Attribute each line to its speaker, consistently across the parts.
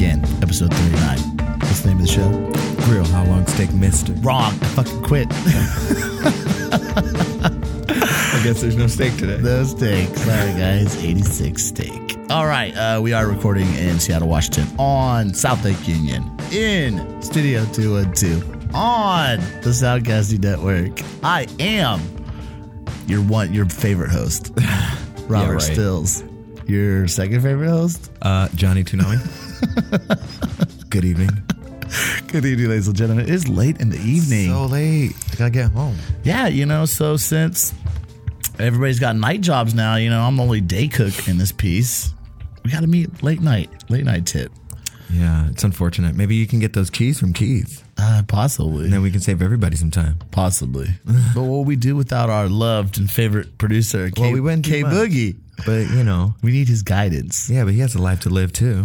Speaker 1: episode 39. What's the name of the show?
Speaker 2: Grill, how long steak, mister?
Speaker 1: Wrong. I fucking quit.
Speaker 2: I guess there's no steak today.
Speaker 1: Those steak. Sorry, guys. 86 steak. All right. Uh, we are recording in Seattle, Washington on South Lake Union in Studio 212 on the Soundcasting Network. I am your one, your favorite host, Robert
Speaker 2: right.
Speaker 1: Stills. Your second favorite host?
Speaker 2: Uh, Johnny Tunami. Good evening.
Speaker 1: Good evening, ladies and gentlemen. It is late in the evening.
Speaker 2: So late. I gotta get home.
Speaker 1: Yeah, you know, so since everybody's got night jobs now, you know, I'm the only day cook in this piece. We got to meet late night, late night tip.
Speaker 2: Yeah, it's unfortunate. Maybe you can get those keys from Keith.
Speaker 1: Uh, possibly.
Speaker 2: And then we can save everybody some time.
Speaker 1: Possibly. but what would we do without our loved and favorite producer, K,
Speaker 2: Well, we wouldn't do
Speaker 1: K
Speaker 2: much.
Speaker 1: Boogie?
Speaker 2: But, you know,
Speaker 1: We need his guidance.
Speaker 2: yeah, but he has a life to live too.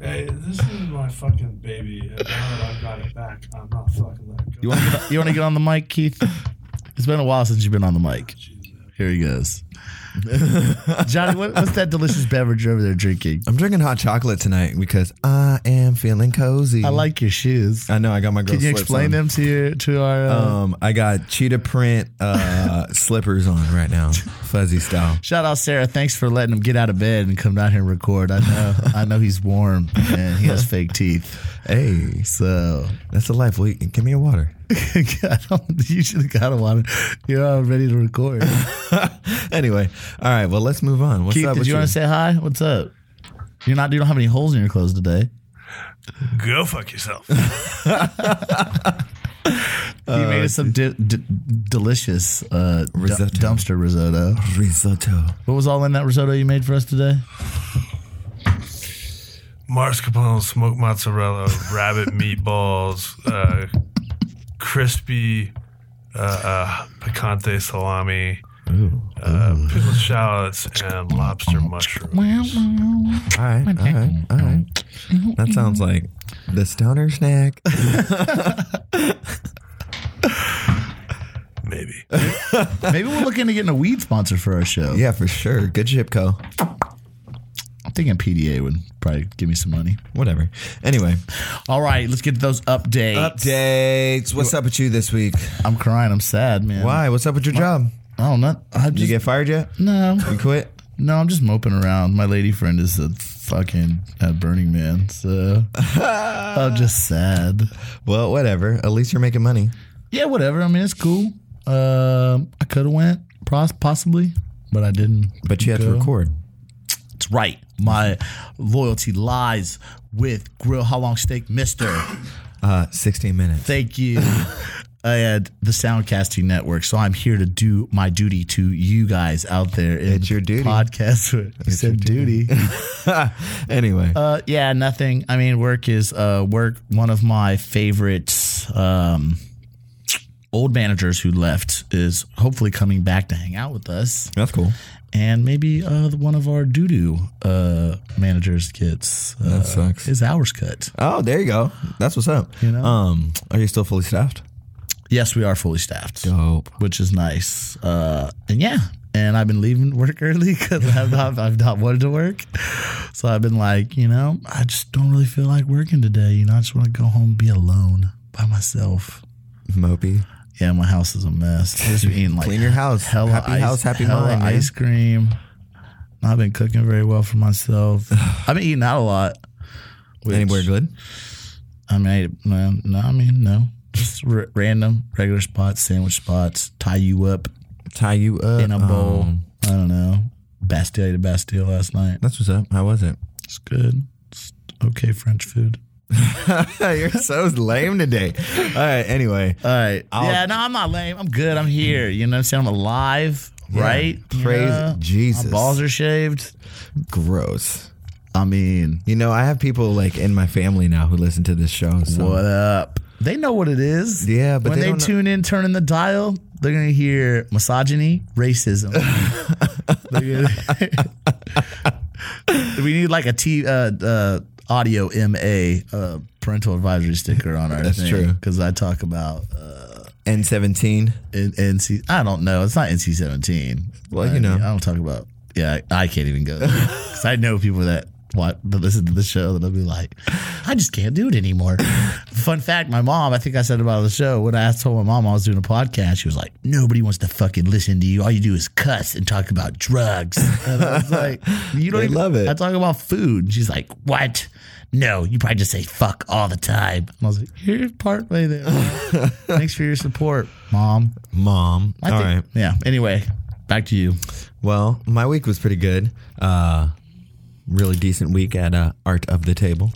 Speaker 3: Hey, this is my fucking baby, and now that I've got it back, I'm not fucking letting go.
Speaker 1: You want to you wanna get on the mic, Keith? It's been a while since you've been on the mic. Here he goes. Johnny, what, what's that delicious beverage over there drinking?
Speaker 2: I'm drinking hot chocolate tonight because I am feeling cozy.
Speaker 1: I like your shoes.
Speaker 2: I know, I got my girl
Speaker 1: Can you
Speaker 2: slips
Speaker 1: explain
Speaker 2: on.
Speaker 1: them to your to our? Uh,
Speaker 2: Um, I got cheetah print uh, slippers on right now, fuzzy style.
Speaker 1: Shout out Sarah. Thanks for letting him get out of bed and come down here and record. I know I know he's warm and he has fake teeth.
Speaker 2: Hey,
Speaker 1: So
Speaker 2: that's the life. Will you, give me your water.
Speaker 1: I don't you should have got him on it. You're all ready to record.
Speaker 2: anyway, all right. Well, let's move on. What's
Speaker 1: Keith,
Speaker 2: up
Speaker 1: did
Speaker 2: with
Speaker 1: you want to say hi? What's up? You're not you don't have any holes in your clothes today.
Speaker 3: Go fuck yourself.
Speaker 2: Uh,
Speaker 1: He made us some di- d- delicious uh, du-
Speaker 2: Risotto.
Speaker 1: dumpster risotto.
Speaker 2: risotto?
Speaker 1: What was all in that risotto you made for us today?
Speaker 3: Mascarpone, smoked mozzarella, rabbit meatballs, uh, crispy uh, uh, picante salami, uh, pickled shallots, and lobster mushroom.
Speaker 2: All right, all right, all right. That sounds like the stoner snack.
Speaker 3: Maybe.
Speaker 1: Maybe we're looking to getting a weed sponsor for our show.
Speaker 2: yeah, for sure. Good ship, co.
Speaker 1: I'm thinking PDA would probably give me some money.
Speaker 2: Whatever. Anyway,
Speaker 1: All right, let's get to those updates.
Speaker 2: updates. What's up with you this week?
Speaker 1: I'm crying. I'm sad, man.
Speaker 2: Why? What's up with your job?
Speaker 1: I don't know. I
Speaker 2: Did you
Speaker 1: just
Speaker 2: get fired yet?
Speaker 1: no,
Speaker 2: You quit?
Speaker 1: no. I'm just moping around. My lady friend is a fucking at Burning Man, so I'm just sad.
Speaker 2: Well, whatever. At least you're making money.
Speaker 1: Yeah, whatever. I mean, it's cool. Um, I could have went pros- possibly, but I didn't.
Speaker 2: But you have to
Speaker 1: Go.
Speaker 2: record.
Speaker 1: That's right. My loyalty lies with Grill How Long Steak, Mister.
Speaker 2: Uh, 16 minutes.
Speaker 1: Thank you. And the Soundcasting Network. So I'm here to do my duty to you guys out there. In
Speaker 2: It's your duty.
Speaker 1: Podcast. You said duty.
Speaker 2: anyway,
Speaker 1: Uh, yeah, nothing. I mean, work is uh, work. One of my favorites. Um, old managers who left is hopefully coming back to hang out with us,
Speaker 2: that's cool.
Speaker 1: and maybe uh, one of our doo doo uh, managers gets uh,
Speaker 2: That sucks.
Speaker 1: his hours cut.
Speaker 2: Oh, there you go. That's what's up.
Speaker 1: You know?
Speaker 2: Um, are you still fully staffed?
Speaker 1: Yes, we are fully staffed,
Speaker 2: Dope.
Speaker 1: which is nice. Uh, and yeah. And I've been leaving work early because I've not, I've not wanted to work. So I've been like, you know, I just don't really feel like working today. You know, I just want to go home and be alone by myself.
Speaker 2: Mopey.
Speaker 1: Yeah, my house is a mess. I just been eating like
Speaker 2: Clean your house.
Speaker 1: hella
Speaker 2: happy
Speaker 1: ice,
Speaker 2: house, happy
Speaker 1: hella
Speaker 2: mind. man.
Speaker 1: ice cream. I've been cooking very well for myself. I've been eating out a lot. which-
Speaker 2: Anywhere good?
Speaker 1: I mean, I ate, no, no, I mean, no. Just r- random regular spots, sandwich spots, tie you up
Speaker 2: Tie you up
Speaker 1: in a bowl.
Speaker 2: Um,
Speaker 1: Uh, I don't know. Bastille to Bastille last night.
Speaker 2: that's what's up. How was it?
Speaker 1: It's good. It's okay French food.
Speaker 2: You're so lame today. All right. Anyway,
Speaker 1: All right.
Speaker 2: I'll-
Speaker 1: yeah, no, I'm not lame. I'm good. I'm here. You know what I'm saying? I'm alive, right? You
Speaker 2: praise
Speaker 1: know?
Speaker 2: Jesus.
Speaker 1: My balls are shaved.
Speaker 2: gross.
Speaker 1: I mean,
Speaker 2: You know, I have people like in my family now who listen to this show. So.
Speaker 1: what up? They know what it is.
Speaker 2: Yeah, but
Speaker 1: when
Speaker 2: they
Speaker 1: they,
Speaker 2: don't know-
Speaker 1: tune in, turning the dial, they're gonna hear misogyny, racism. They're gonna- we need like a T uh, uh, audio MA uh, parental advisory sticker on our
Speaker 2: That's true.
Speaker 1: because I talk about uh,
Speaker 2: N17.
Speaker 1: N- NC. I don't know. It's not NC seventeen.
Speaker 2: Well, you know.
Speaker 1: I don't talk about. Yeah, I, I can't even go because I know people that what listen to the show that I'll be like, I just can't do it anymore. Fun fact, my mom, I think I said about the show, when I told my mom I was doing a podcast, she was like, Nobody wants to fucking listen to you. All you do is cuss and talk about drugs. And I was like, You don't
Speaker 2: They
Speaker 1: even
Speaker 2: love it.
Speaker 1: I talk about food. And she's like, What? No, you probably just say fuck all the time. And I was like, You're part way there. Thanks for your support, mom.
Speaker 2: Mom.
Speaker 1: I
Speaker 2: All right.
Speaker 1: think- Yeah. Anyway, back to you.
Speaker 2: Well, my week was pretty good. Uh, really decent week at uh, Art of the Table.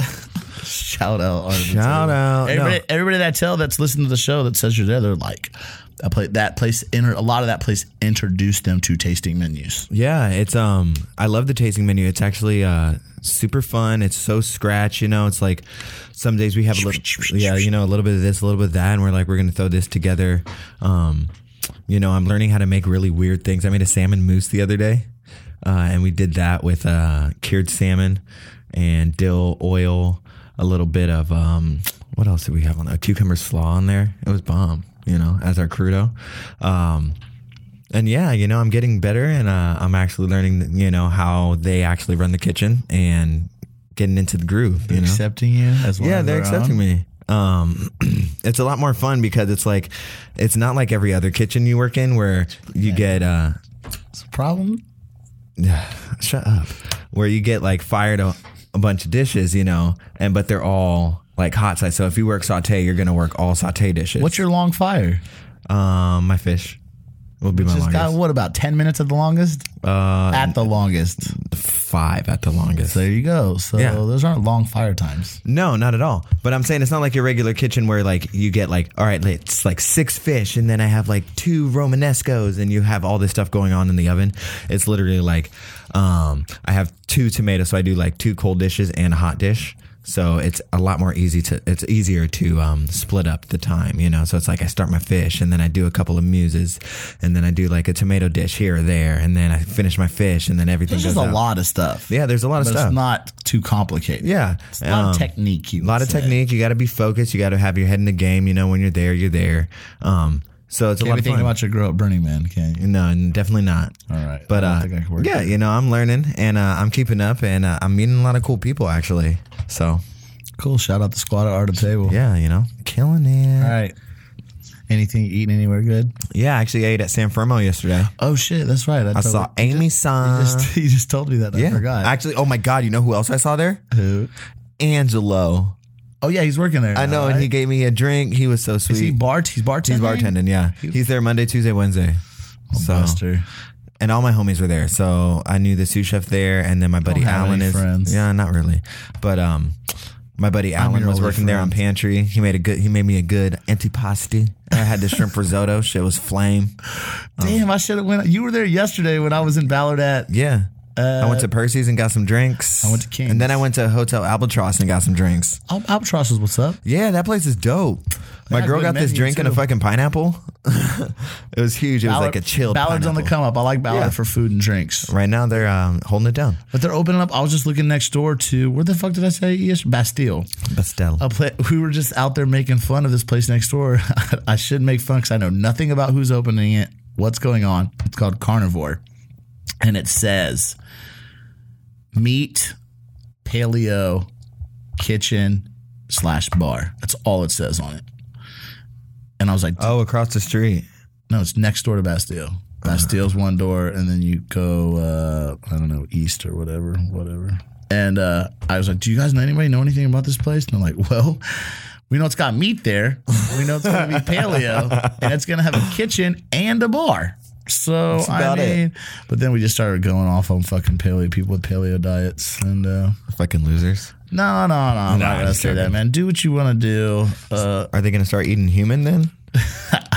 Speaker 1: Shout out. Arnold.
Speaker 2: Shout out. No.
Speaker 1: Everybody, everybody that I tell that's listening to the show that says you're there, they're like, I play that place. Inter, a lot of that place introduced them to tasting menus.
Speaker 2: Yeah, it's um I love the tasting menu. It's actually uh super fun. It's so scratch, you know. It's like some days we have a little yeah, you know, a little bit of this, a little bit of that, and we're like we're going to throw this together. Um you know, I'm learning how to make really weird things. I made a salmon mousse the other day. Uh, and we did that with uh cured salmon and dill oil, a little bit of um what else did we have on there? Cucumber slaw on there. It was bomb, you know, as our crudo. Um and yeah, you know, I'm getting better and uh, I'm actually learning, you know, how they actually run the kitchen and getting into the groove, you know?
Speaker 1: Accepting you as one
Speaker 2: yeah,
Speaker 1: of
Speaker 2: they're
Speaker 1: their
Speaker 2: accepting
Speaker 1: own?
Speaker 2: me. Um, it's a lot more fun because it's like, it's not like every other kitchen you work in where you get, uh,
Speaker 1: It's a problem.
Speaker 2: shut up, where you get like fired a, a bunch of dishes, you know, and but they're all like hot side. So if you work saute, you're going to work all saute dishes.
Speaker 1: What's your long fire?
Speaker 2: um, my fish will be my
Speaker 1: Just
Speaker 2: longest.
Speaker 1: got what about ten minutes at the longest? Uh, at the longest.
Speaker 2: five at the longest.
Speaker 1: There you go. So
Speaker 2: Yeah.
Speaker 1: those aren't long fire times.
Speaker 2: No, not at all. But I'm saying it's not like your regular kitchen where like you get like all right, it's like six fish and then I have like two romanescos and you have all this stuff going on in the oven. It's literally like um I have two tomatoes, so I do like two cold dishes and a hot dish. So it's a lot more easy to it's easier to um, split up the time, you know. So it's like I start my fish and then I do a couple of muses and then I do like a tomato dish here or there and then I finish my fish and then everything
Speaker 1: There's
Speaker 2: goes
Speaker 1: just a
Speaker 2: out.
Speaker 1: lot of stuff.
Speaker 2: Yeah, there's a lot of
Speaker 1: but
Speaker 2: stuff.
Speaker 1: it's not too complicated.
Speaker 2: yeah.
Speaker 1: It's a lot of
Speaker 2: Um,
Speaker 1: technique. You
Speaker 2: a lot of technique. You got to be focused. You got to have your head in the game. You know, when you're there, you're there. Um, so it's a
Speaker 1: Can't
Speaker 2: lot
Speaker 1: be
Speaker 2: of fun.
Speaker 1: thinking about your girl at Burning Man. Can you?
Speaker 2: no, n- definitely not.
Speaker 1: All right.
Speaker 2: But
Speaker 1: I
Speaker 2: uh,
Speaker 1: don't think I can work
Speaker 2: yeah, you know, I'm learning and uh, I'm keeping up and uh, I'm meeting a lot of cool people actually. So
Speaker 1: Cool. Shout out the squad at Art of the Table.
Speaker 2: yeah, you know, killing it.
Speaker 1: All right. Anything you eating anywhere good?
Speaker 2: Yeah, I actually ate at San Fermo yesterday.
Speaker 1: Oh shit, that's right.
Speaker 2: I saw Amy San.
Speaker 1: Just, you just told me that.
Speaker 2: yeah,
Speaker 1: I forgot.
Speaker 2: actually, oh my god, you know who else I saw there?
Speaker 1: Who?
Speaker 2: Angelo.
Speaker 1: Oh yeah, he's working there.
Speaker 2: I know, and he gave me a drink. He was so sweet.
Speaker 1: is he bart. He's bartending. Oh,
Speaker 2: He's bartending. Yeah, he's there Monday, Tuesday, Wednesday. so.
Speaker 1: Buster.
Speaker 2: and all my homies were there. So I knew the sous chef there, and then my buddy
Speaker 1: Don't have
Speaker 2: Alan
Speaker 1: any
Speaker 2: is
Speaker 1: friends.
Speaker 2: yeah, not really, but um, my buddy Alan
Speaker 1: your
Speaker 2: was
Speaker 1: only
Speaker 2: working there on
Speaker 1: friend.
Speaker 2: pantry. He made a good. He made me a good antipasti. I had the shrimp risotto. Shit was flame. Oh.
Speaker 1: Damn, I should have went. You were there yesterday when I was in Ballard at.
Speaker 2: Yeah. I went to Percy's and got some drinks. I
Speaker 1: Uh, went to King's.
Speaker 2: And then I went to Hotel Albatross and got some drinks.
Speaker 1: Al- Albatross was what's up.
Speaker 2: Yeah, that place is dope. My
Speaker 1: got
Speaker 2: girl
Speaker 1: good
Speaker 2: got this
Speaker 1: menu,
Speaker 2: drink and a
Speaker 1: too.
Speaker 2: fucking pineapple. it was huge. It was like a chilled
Speaker 1: Ballard's on the
Speaker 2: pineapple.
Speaker 1: come up. I like Ballard
Speaker 2: Yeah.
Speaker 1: for food and drinks.
Speaker 2: Right now they're um, holding it down.
Speaker 1: But they're opening up. I was just looking next door to where the fuck did I say? Yes, Bastille.
Speaker 2: Bastille.
Speaker 1: a pla we were just out there making fun of this place next door. I should make fun because I know nothing about who's opening it, what's going on. It's called Carnivore, and it says meat, paleo, kitchen slash bar. That's all it says on it. And I was like,
Speaker 2: Oh, across the street.
Speaker 1: no, it's next door to Bastille. Bastille's
Speaker 2: Uh-huh.
Speaker 1: one door, and then you go, uh, I don't know, east or whatever, whatever. And uh, I was like, Do you guys know anybody know anything about this place? And they're like, Well, we know it's got meat there. We know it's going to be paleo, and it's going to have a kitchen and a bar. So I
Speaker 2: about
Speaker 1: mean,
Speaker 2: it.
Speaker 1: but then we just started going off on fucking paleo people with paleo diets, and uh,
Speaker 2: Fucking losers.
Speaker 1: no, no, no, I'm
Speaker 2: Nah,
Speaker 1: not gonna
Speaker 2: just
Speaker 1: say that,
Speaker 2: joking.
Speaker 1: man. Do what you want to do. Uh,
Speaker 2: Are they going to start eating human then?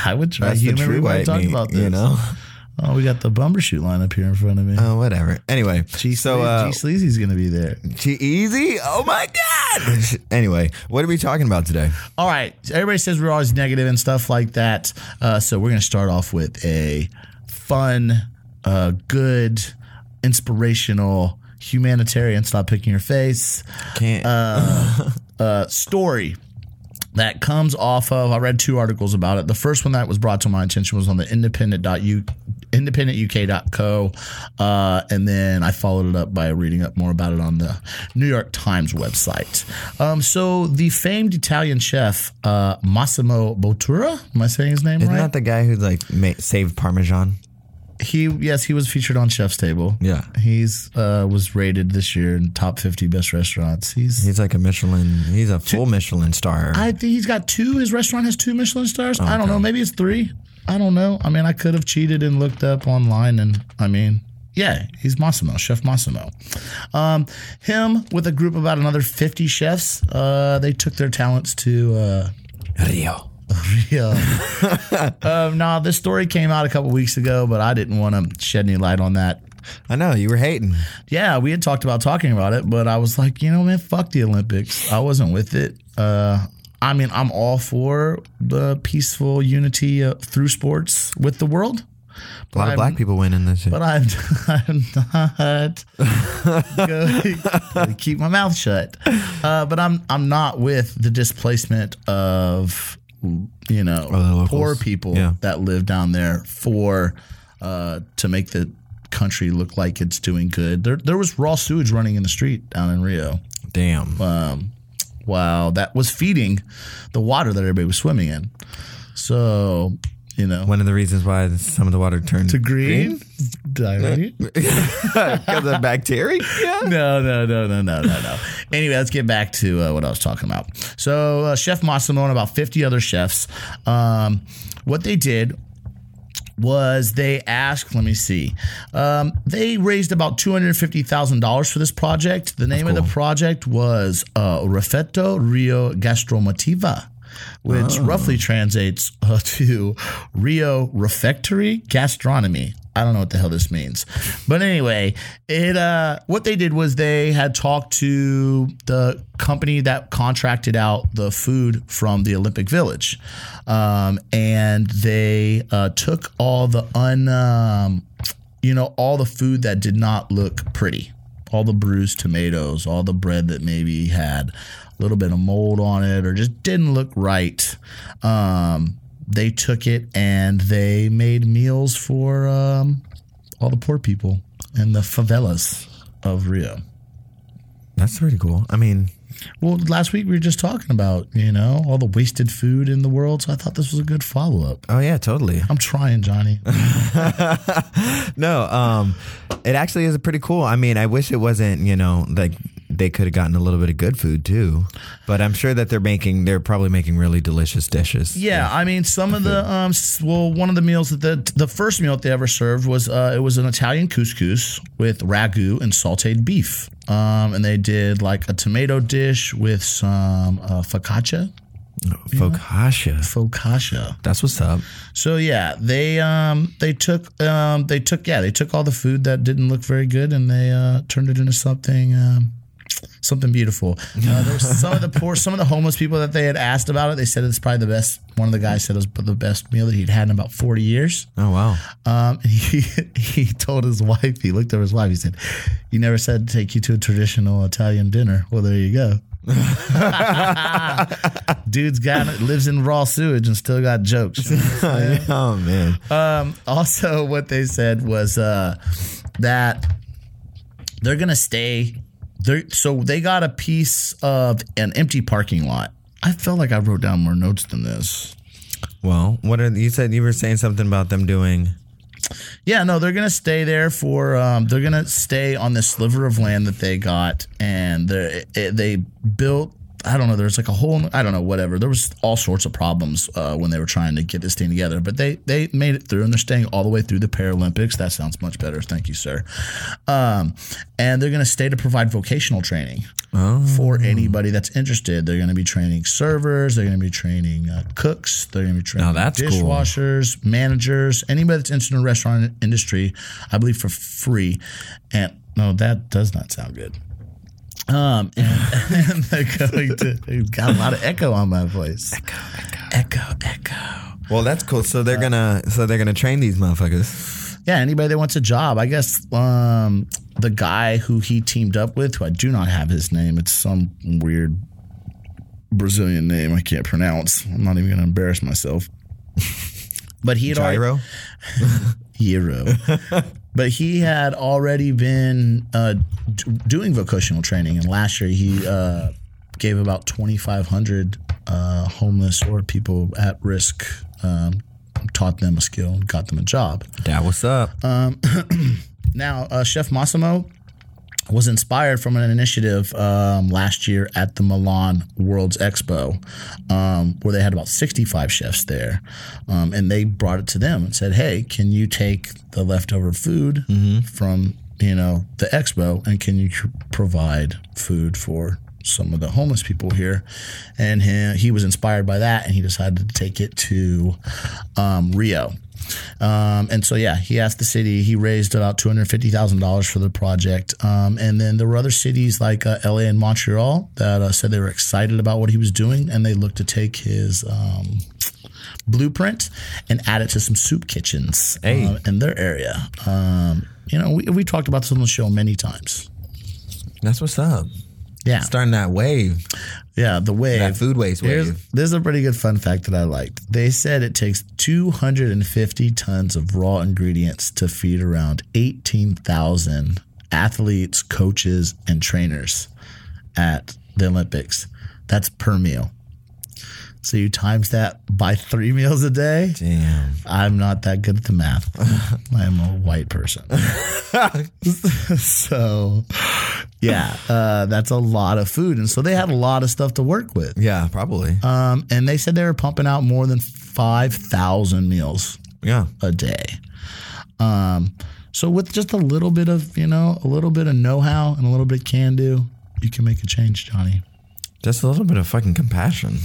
Speaker 1: I would try. human. We've already talked about this.
Speaker 2: you know.
Speaker 1: Oh, we got the bumper shoot line up here in front of me.
Speaker 2: Oh, whatever. Anyway,
Speaker 1: G
Speaker 2: so uh,
Speaker 1: G Sleazy's gonna be there.
Speaker 2: G- easy. Oh my god. anyway, what are we talking about today?
Speaker 1: All right, everybody says we're always negative and stuff like that. Uh, so we're gonna start off with a fun, uh, good, inspirational, Uh, humanitarian. Stop picking your face.
Speaker 2: Can't.
Speaker 1: uh, story that comes off of I read two articles about it. The first one that was brought to my attention was on the independent.u independent.uk.co uh, and then I followed it up by reading up more about it on the New York Times website. Um, so the famed Italian chef uh, Massimo Bottura, am I saying his name
Speaker 2: Isn't
Speaker 1: right?
Speaker 2: that the guy who like ma- saved Parmesan?
Speaker 1: he yes, he was featured on Chef's Table.
Speaker 2: Yeah.
Speaker 1: He's uh, was rated this year in top 50 best restaurants. He's
Speaker 2: He's like a Michelin. He's a full Michelin star.
Speaker 1: I think he's got two. His restaurant has two Michelin stars. I don't know. Maybe it's three. I don't know. I mean, I could have cheated and looked up online, and I mean, yeah, he's Massimo, Chef Massimo. Um, him with a group of about another fifty chefs. Uh, they took their talents to. Uh,
Speaker 2: Rio.
Speaker 1: yeah. um, nah, this story came out a couple weeks ago, but I didn't want to shed any light on that.
Speaker 2: I know you were hating.
Speaker 1: Yeah, we had talked about talking about it, but I was like, you know, man, fuck the Olympics. I wasn't with it. Uh, I mean, I'm all for the peaceful unity uh, through sports with the world,
Speaker 2: A lot of black people win in this.
Speaker 1: but I'm, I'm not going to keep my mouth shut. Uh, but I'm I'm not with the displacement of you know
Speaker 2: the locals.
Speaker 1: poor people
Speaker 2: Yeah.
Speaker 1: that live down there for uh, to make the country look like it's doing good. There there was raw sewage running in the street down in Rio.
Speaker 2: Damn.
Speaker 1: Wow, that was feeding the water that everybody was swimming in. So you know.
Speaker 2: One of the reasons why some of the water turned
Speaker 1: to green, diarrhea.
Speaker 2: because of bacteria. Yeah.
Speaker 1: no, no, no, no, no, no, no. Anyway, let's get back to uh, what I was talking about. So, uh, Chef Massimo and about 50 other chefs, um, what they did was they asked, let me see, um, they raised about $250,000 for this project. The name of the project was uh, Refetto Rio Gastromotiva. Which roughly translates uh, to Rio Refectory Gastronomy. I don't know what the hell this means. But anyway, it uh, what they did was they had talked to the company that contracted out the food from the Olympic Village, um, and they uh, took all the un, um, you know, all the food that did not look pretty, all the bruised tomatoes, all the bread that maybe had a little bit of mold on it or just didn't look right. Um, they took it and they made meals for um, all the poor people in the favelas of Rio.
Speaker 2: That's pretty cool. I mean,
Speaker 1: Well, last week we were just talking about, you know, all the wasted food in the world. So I thought this was a good follow up.
Speaker 2: oh yeah, totally.
Speaker 1: I'm trying, Johnny.
Speaker 2: No, um, it actually is pretty cool. I mean, I wish it wasn't. You know, like they could have gotten a little bit of good food too. But I'm sure that they're making. They're probably making really delicious dishes.
Speaker 1: Yeah, I mean, some of the um, s- well, one of the meals that the the first meal that they ever served was uh, it was an Italian couscous with ragu and sautéed beef, um, and they did like a tomato dish with some uh, focaccia,
Speaker 2: Focaccia.
Speaker 1: focaccia.
Speaker 2: That's what's up.
Speaker 1: So yeah, they um, they took um, they took yeah they took all the food that didn't look very good and they uh, turned it into something. Um, Something beautiful. Uh, there's some of the poor, some of the homeless people that they had asked about it. They said it's probably the best. One of the guys said it was the best meal that he'd had in about 40 years.
Speaker 2: Oh wow.
Speaker 1: Um, and he he told his wife. He looked at his wife. He said, "You never said to take you to a traditional Italian dinner." Well, there you go. Dude's got lives in raw sewage and still got jokes.
Speaker 2: Oh man.
Speaker 1: Um, also, what they said was uh, that they're gonna stay. They're, so they got a piece of an empty parking lot. I felt like I wrote down more notes than this.
Speaker 2: Well, what are you said? You were saying something about them doing.
Speaker 1: Yeah, no, they're gonna stay there for. Um, they're gonna stay on this sliver of land that they got, and they they built. I don't know. There's like a whole. I don't know. Whatever. There was all sorts of problems uh, when they were trying to get this thing together, but they they made it through, and they're staying all the way through the Paralympics. That sounds much better. Thank you, sir. Um, and they're gonna stay to provide vocational training for anybody that's interested. They're gonna be training servers. They're gonna be training uh, cooks. They're gonna be training
Speaker 2: that's cool.
Speaker 1: dishwashers dishwashers, managers, anybody that's interested in the restaurant industry, I believe for free. And no, that does not sound good. Um, and, and they're going to. They've got a lot of echo on my voice. Echo, echo, echo, echo.
Speaker 2: Well, that's cool. So they're gonna. So they're gonna train these motherfuckers.
Speaker 1: Yeah, anybody that wants a job, I guess. Um, the guy who he teamed up with, who I do not have his name, it's some weird Brazilian name I can't pronounce. I'm not even going to embarrass myself. But he had already-
Speaker 2: Gyro.
Speaker 1: hero. but he had already been uh, d- doing vocational training, and last year he uh, gave about 2,500 uh, homeless or people at risk, um, taught them a skill, got them a job.
Speaker 2: Dad, what's up?
Speaker 1: Uh, Now, uh, Chef Massimo was inspired from an initiative um, last year at the Milan World's Expo, um, where they had about 65 chefs there. Um, and they brought it to them and said, hey, can you take the leftover food from you know the expo and can you tr- provide food for some of the homeless people here and he, he was inspired by that and he decided to take it to um, rio um, and so, yeah, he asked the city. He raised about two hundred fifty thousand dollars for the project. Um, and then there were other cities like uh, LA and Montreal that uh, said they were excited about what he was doing, and they looked to take his um, blueprint and add it to some soup kitchens
Speaker 2: Hey.
Speaker 1: uh, in their area. Um, you know, we, we talked about this on the show many times.
Speaker 2: That's what's up.
Speaker 1: Yeah,
Speaker 2: Starting that wave,
Speaker 1: yeah, the wave.
Speaker 2: that food waste
Speaker 1: Here's,
Speaker 2: wave.
Speaker 1: this is a pretty good fun fact that I liked. They said it takes 250 tons of raw ingredients to feed around 18,000 athletes, coaches, and trainers at the Olympics. That's per meal. So you times that by three meals a day.
Speaker 2: Damn.
Speaker 1: I'm not that good at the math. I'm a white person. so, yeah, uh, that's a lot of food. And so they had a lot of stuff to work with.
Speaker 2: Yeah, probably.
Speaker 1: Um, and they said they were pumping out more than 5,000 meals
Speaker 2: yeah.
Speaker 1: a day. Um, so with just a little bit of, you know, a little bit of know-how and a little bit can do, you can make a change, Johnny.
Speaker 2: Just a little bit of fucking compassion.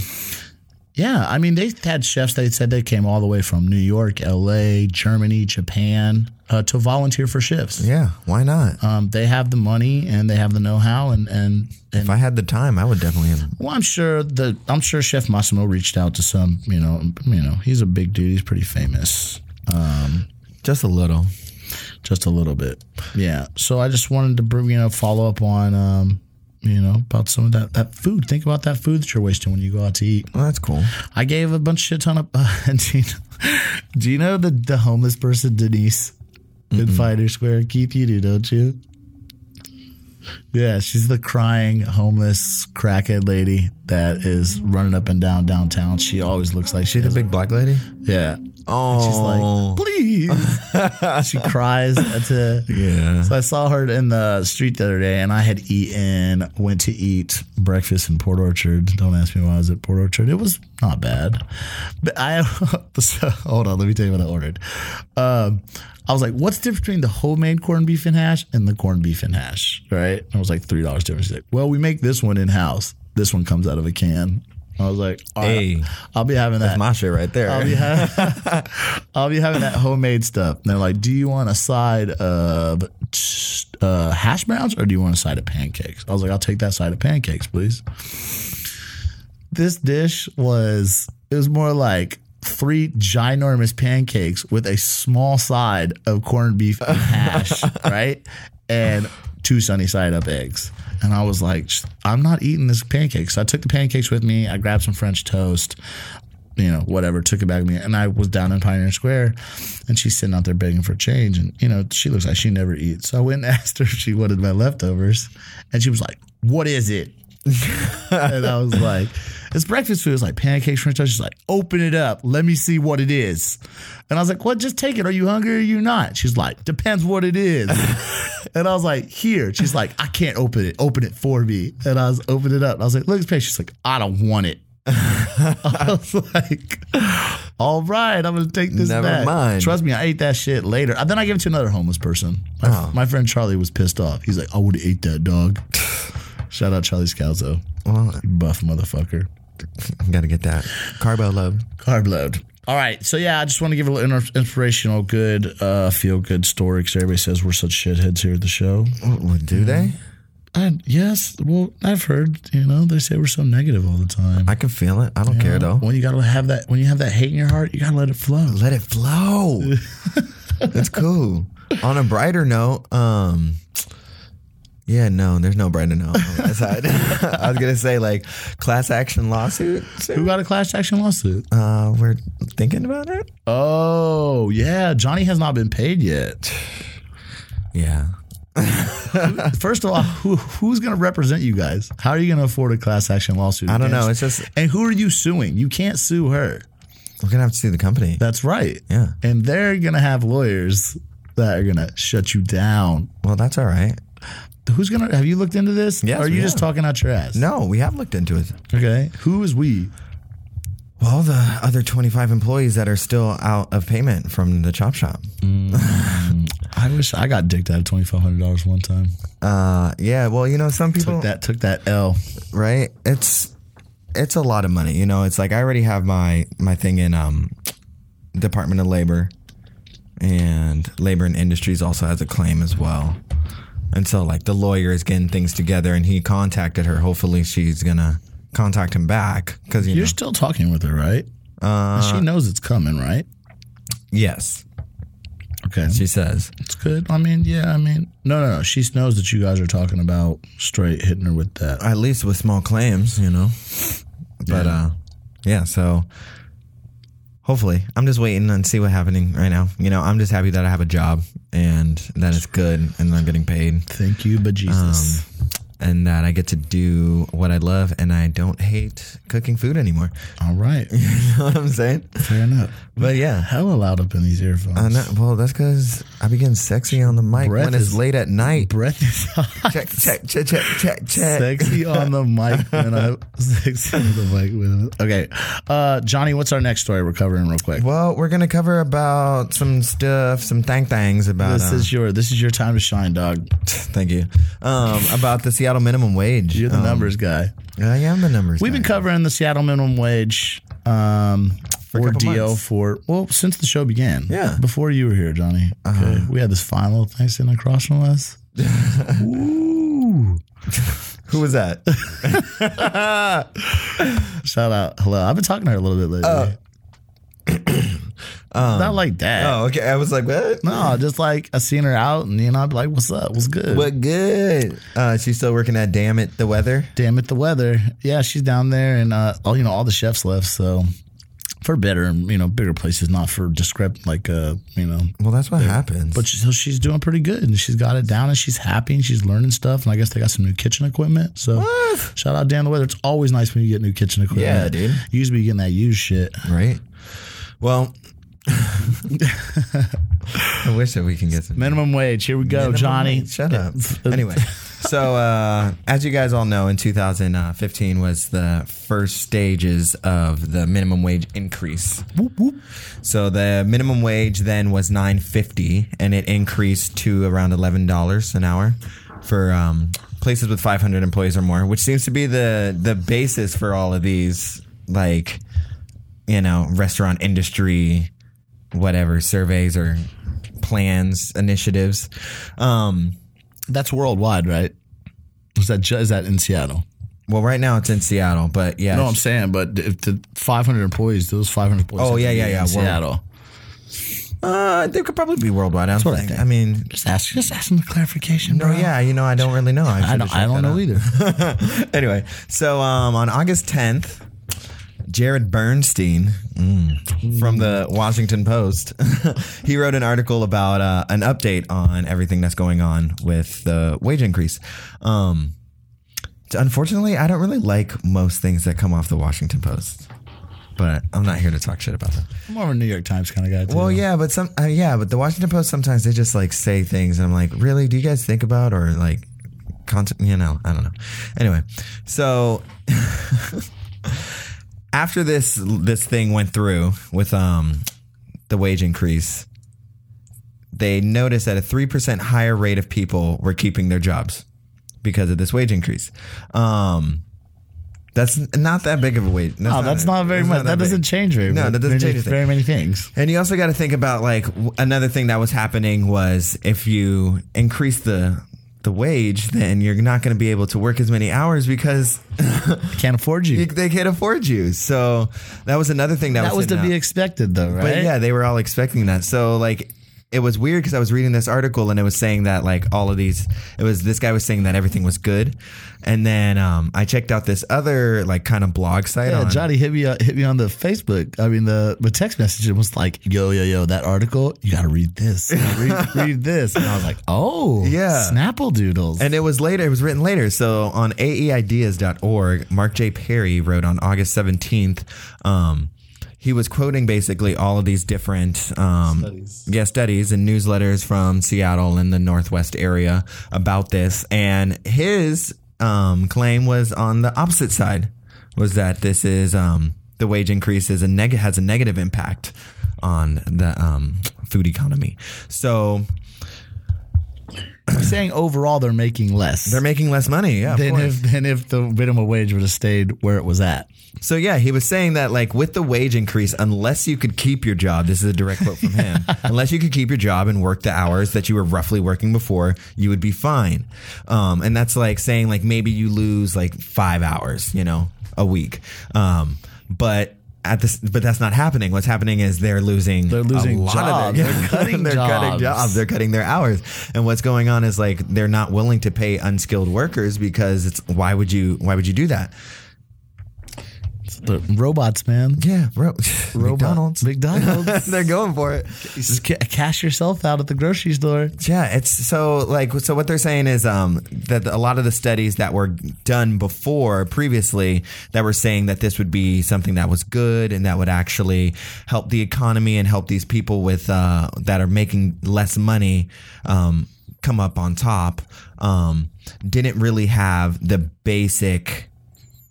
Speaker 1: Yeah, I mean, they had chefs. They said they came all the way from New York, L.A., Germany, Japan uh, to volunteer for shifts.
Speaker 2: Yeah, why not?
Speaker 1: Um, they have the money and they have the know-how, and and and
Speaker 2: if I had the time, I would definitely have.
Speaker 1: Well, I'm sure the I'm sure Chef Massimo reached out to some, you know, you know, he's a big dude, he's pretty famous.
Speaker 2: Just a little.
Speaker 1: Just a little bit. Yeah. So I just wanted to bring, you know, follow up on um, you know, about some of that that food. Think about that food that you're wasting when you go out to eat.
Speaker 2: Well, that's cool.
Speaker 1: I gave a bunch shit ton of uh, Gina, Do you know the the homeless person Denise in Fighter Square? Keith, you do, don't you? Yeah, she's the crying homeless crackhead lady that is running up and down downtown. She always looks like she
Speaker 2: The
Speaker 1: has,
Speaker 2: big black lady.
Speaker 1: yeah.
Speaker 2: Oh,
Speaker 1: She's like, please. she cries. That's a,
Speaker 2: yeah.
Speaker 1: so I saw her in the street the other day, and I had eaten, went to eat breakfast in Port Orchard. Don't ask me why I was at Port Orchard. It was not bad, but I so, hold on. Let me tell you what I ordered. Um, I was like, "What's the difference between the homemade corned beef and hash and the corned beef and hash?" Right? And I was like, three dollars difference. She's like, "Well, we make this one in house. This one comes out of a can." I was like, All right,
Speaker 2: Hey.
Speaker 1: I'll be having that."
Speaker 2: My shit right there.
Speaker 1: I'll be, having, I'll be having that homemade stuff. And they're like, do you want a side of uh, hash browns or do you want a side of pancakes? I was like, I'll take that side of pancakes, please. This dish was, it was more like three ginormous pancakes with a small side of corned beef and hash, right? And two sunny side up eggs. And I was like, I'm not eating this pancake. So I took the pancakes with me. I grabbed some French toast you know, whatever, took it back to me. And I was down in Pioneer Square and she's sitting out there begging for change. And, you know, she looks like she never eats. So I went and asked her if she wanted my leftovers. And she was like, What is it? and I was like, It's breakfast food. It's like pancakes, French toast. She's like, Open it up. Let me see what it is. And I was like, What? Just take it. Are you hungry or are you not? She's like, Depends what it is. and I was like, Here. She's like, I can't open it. Open it for me. And I was, Open it up. And I was like, Look at this pancake. She's like, I don't want it. I was like, all right, I'm gonna take this
Speaker 2: Never
Speaker 1: back.
Speaker 2: mind.
Speaker 1: Trust me, I ate that shit later. And then I gave it to another homeless person. My,
Speaker 2: Oh.
Speaker 1: my friend Charlie was pissed off. He's like, I would have ate that dog. Shout out Charlie Scalzo.
Speaker 2: well,
Speaker 1: You buff motherfucker.
Speaker 2: I gotta get that carbo load.
Speaker 1: Carb load. All right, so yeah, I just want to give a little inter- inspirational, good, uh, feel good story because everybody says we're such shitheads here at the show.
Speaker 2: Oh, Do they?
Speaker 1: And yes, well, I've heard, you know, they say we're so negative all the time.
Speaker 2: I can feel it. I don't care though.
Speaker 1: When you gotta have that, when you have that hate in your heart, you gotta let it flow.
Speaker 2: Let it flow. That's cool. On a brighter note, um, Yeah, no, there's no Brendan Hall on that side. I was gonna say like class action lawsuit.
Speaker 1: Who got a class action lawsuit?
Speaker 2: Uh, we're thinking about it.
Speaker 1: Oh, yeah. Johnny has not been paid yet.
Speaker 2: Yeah,
Speaker 1: First of all, who, who's going to represent you guys? How are you going to afford a class action lawsuit?
Speaker 2: I don't know.
Speaker 1: against-
Speaker 2: It's just
Speaker 1: And who are you suing? You can't sue her.
Speaker 2: we're gonna have to see the company.
Speaker 1: That's right.
Speaker 2: Yeah.
Speaker 1: And they're going to have lawyers that are going to shut you down.
Speaker 2: Well, that's all right.
Speaker 1: Who's going to have you looked into this?
Speaker 2: Yes,
Speaker 1: Or are you
Speaker 2: we
Speaker 1: just
Speaker 2: have.
Speaker 1: talking out your ass?
Speaker 2: No, we have looked into it.
Speaker 1: Okay. Who is we?
Speaker 2: Well, the other 25 employees that are still out of payment from the chop shop.
Speaker 1: I wish I got dicked out of $2,500 one time.
Speaker 2: Uh, yeah. Well, you know, some people
Speaker 1: Took that, took that L.
Speaker 2: right? It's it's a lot of money. You know, it's like I already have my my thing in um Department of Labor, and Labor and Industries also has a claim as well. And so, like the lawyer is getting things together, and he contacted her. Hopefully, she's gonna contact him back because you
Speaker 1: You're
Speaker 2: know,
Speaker 1: still talking with her, right? Uh, she knows it's coming, right?
Speaker 2: yes,
Speaker 1: Okay.
Speaker 2: she says.
Speaker 1: It's good. I mean, yeah, I mean, no, no, no. She knows that you guys are talking about straight hitting her with that.
Speaker 2: At least with small claims, you know. But
Speaker 1: Yeah.
Speaker 2: uh, yeah. So hopefully, I'm just waiting and see what's happening right now. You know, I'm just happy that I have a job and that it's good and that I'm getting paid
Speaker 1: Thank you, but Jesus.
Speaker 2: and that I get to do what I love and I don't hate cooking food anymore.
Speaker 1: All right.
Speaker 2: you know what I'm saying?
Speaker 1: Fair enough.
Speaker 2: But yeah.
Speaker 1: Hella loud up in these earphones.
Speaker 2: I know. Well, that's because I be getting sexy on the mic
Speaker 1: Breath
Speaker 2: when it's
Speaker 1: is-
Speaker 2: late at night.
Speaker 1: Breath is hot.
Speaker 2: Check, check, check, check, check, check.
Speaker 1: Sexy on the mic when I sexy on the mic when I- Okay. Uh Johnny, what's our next story we're covering real quick?
Speaker 2: Well, we're gonna cover about some stuff, some thank thangs about
Speaker 1: This
Speaker 2: uh,
Speaker 1: is your this is your time to shine, dog.
Speaker 2: Thank you. Um, about the Seattle minimum wage.
Speaker 1: You're the
Speaker 2: um,
Speaker 1: numbers guy.
Speaker 2: I am the numbers.
Speaker 1: We've been
Speaker 2: guy.
Speaker 1: covering the Seattle minimum wage um,
Speaker 2: a couple
Speaker 1: ordeal
Speaker 2: months.
Speaker 1: for well since the show began.
Speaker 2: Yeah. Uh-huh.
Speaker 1: before you were here, Johnny. Okay, we had this fine little thing sitting across from us. Ooh.
Speaker 2: Who was that?
Speaker 1: Shout out, hello. I've been talking to her a little bit lately. Not like that.
Speaker 2: oh, okay. I was like, what?
Speaker 1: No, just like I seen her out, and you know, I'd be like, "What's up? What's good?"
Speaker 2: What good? Uh, she's still working at Damn It the Weather.
Speaker 1: Damn it, the weather. Yeah, she's down there, and uh, all you know, all the chefs left. So for better, you know, bigger places, not for discrep like uh, you know,
Speaker 2: Well, that's what happens.
Speaker 1: But she, so she's doing pretty good, and she's got it down, and she's happy, and she's learning stuff. And I guess they got some new kitchen equipment. So
Speaker 2: What?
Speaker 1: shout out Dan the Weather. It's always nice when you get new kitchen equipment.
Speaker 2: Yeah, dude.
Speaker 1: You used to be getting that used shit.
Speaker 2: right. Well, I wish that we can get some.
Speaker 1: Minimum wage. Here we go,
Speaker 2: Minimum
Speaker 1: Oh, Johnny. uh,
Speaker 2: wage. Shut up. anyway, so uh, as you guys all know, in 2015 was the first stages of the minimum wage increase. So the minimum wage then was 9.50, and it increased to around 11 dollars an hour for um, places with 500 employees or more, which seems to be the the basis for all of these like you know restaurant industry whatever surveys or plans initiatives um
Speaker 1: That's worldwide, right? Is that ju- is that in Seattle?
Speaker 2: well right now it's in seattle but yeah
Speaker 1: No, I'm saying, but if the 500 employees, those 500 employees.
Speaker 2: Oh,
Speaker 1: have to
Speaker 2: yeah,
Speaker 1: be
Speaker 2: yeah,
Speaker 1: In
Speaker 2: yeah, world.
Speaker 1: Seattle.
Speaker 2: uh they could probably be worldwide i,
Speaker 1: what
Speaker 2: don't
Speaker 1: I
Speaker 2: think.
Speaker 1: think.
Speaker 2: I mean
Speaker 1: Just ask, just ask them the clarification,
Speaker 2: no yeah you know i don't really know
Speaker 1: I don't, I don't know either.
Speaker 2: either anyway so um on august 10th Jared Bernstein mm, from the Washington Post. he wrote an article about uh, an update on everything that's going on with the wage increase. Um, unfortunately, I don't really like most things that come off the Washington Post, but I'm not here to talk shit about them.
Speaker 1: I'm more of a New York Times kind of guy. Too.
Speaker 2: Well, yeah, but some, uh, yeah, but the Washington Post sometimes they just like say things, and I'm like, really? Do you guys think about or like, content? You know, I don't know. Anyway, so after this this thing went through with um the wage increase, they noticed that a three percent higher rate of people were keeping their jobs because of this wage increase. Um. That's not that big of a wage.
Speaker 1: No, Oh, that's not very much. that doesn't change very
Speaker 2: No, that
Speaker 1: many-
Speaker 2: doesn't change a thing.
Speaker 1: very many things.
Speaker 2: And you also got to think about like w- another thing that was happening was if you increase the the wage, then you're not going to be able to work as many hours because
Speaker 1: Can't afford you.
Speaker 2: they can't afford you. So that was another thing that,
Speaker 1: that was to
Speaker 2: hitting
Speaker 1: be
Speaker 2: out.
Speaker 1: expected, though, right?
Speaker 2: But yeah, they were all expecting that. So like it was weird because I was reading this article and it was saying that like all of these, it was this guy was saying that everything was good, and then um, I checked out this other like kind of blog site.
Speaker 1: Yeah,
Speaker 2: on,
Speaker 1: Johnny hit me uh, hit me on the Facebook. I mean the, the text message and was like, "Yo, yo, yo, that article. You got to read this. read, read this." And I was like, "Oh,
Speaker 2: Yeah.
Speaker 1: Snapple doodles."
Speaker 2: And it was later, it was written later. So on E aeideas.org, Mark J. Perry wrote on August 17th, um, he was quoting basically all of these different um,
Speaker 1: Studies.
Speaker 2: yeah, studies and newsletters from Seattle and the Northwest area about this. And his um, claim was on the opposite side was that this is um, the wage increase is a neg- has a negative impact on the um, food economy. So
Speaker 1: He's saying overall they're making less.
Speaker 2: they're making less money. Yeah, of
Speaker 1: than if
Speaker 2: course.
Speaker 1: than if the minimum wage would have stayed where it was at.
Speaker 2: So yeah, he was saying that like with the wage increase, unless you could keep your job, this is a direct quote from him. unless you could keep your job and work the hours that you were roughly working before, you would be fine. Um, and that's like saying like maybe you lose like five hours, you know, a week. Um, but at this, but that's not happening. What's happening is they're losing.
Speaker 1: They're losing
Speaker 2: a lot
Speaker 1: jobs.
Speaker 2: Of their,
Speaker 1: They're cutting
Speaker 2: they're cutting
Speaker 1: jobs.
Speaker 2: jobs. They're cutting their hours. And what's going on is like they're not willing to pay unskilled workers because it's why would you why would you do that?
Speaker 1: The robots, man.
Speaker 2: Yeah, bro.
Speaker 1: Robot-
Speaker 2: McDonald's.
Speaker 1: McDonald's.
Speaker 2: They're going for it.
Speaker 1: Just ca- cash yourself out at the grocery store.
Speaker 2: Yeah, it's so like so. What they're saying is um, that a lot of the studies that were done before previously that were saying that this would be something that was good and that would actually help the economy and help these people with uh, that are making less money um, come up on top um, didn't really have the basic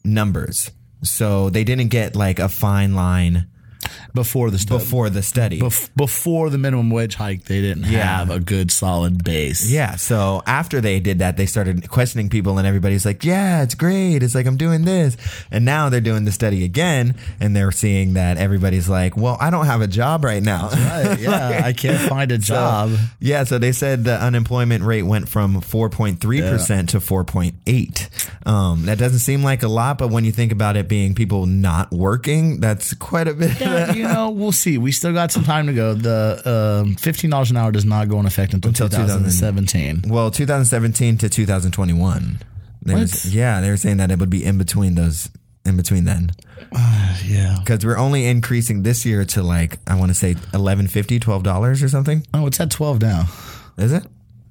Speaker 2: numbers. So they didn't get like a fine line
Speaker 1: Before the stuff.
Speaker 2: before the study.
Speaker 1: Bef- before the minimum wage hike, they didn't have a good solid base.
Speaker 2: Yeah. So after they did that, they started questioning people, and everybody's like, "Yeah, it's great. It's like I'm doing this." And now they're doing the study again, and they're seeing that everybody's like, "Well, I don't have a job right now."
Speaker 1: Right, yeah, I can't find a job.
Speaker 2: yeah. So they said the unemployment rate went from 4.3 percent to 4.8. Um, that doesn't seem like a lot, but when you think about it being people not working, that's quite a bit.
Speaker 1: Yeah, uh, you know, we'll see. We still got some time to go. The um, fifteen dollars an hour does not go in effect until,
Speaker 2: Until
Speaker 1: 2017.
Speaker 2: Well, 2017 to 2021. They
Speaker 1: What?
Speaker 2: was- yeah, they were saying that it would be in between those, in between then.
Speaker 1: Yeah.
Speaker 2: because we're only increasing this year to like I want to say 1150 12 dollars or something
Speaker 1: Oh, it's at twelve now
Speaker 2: is it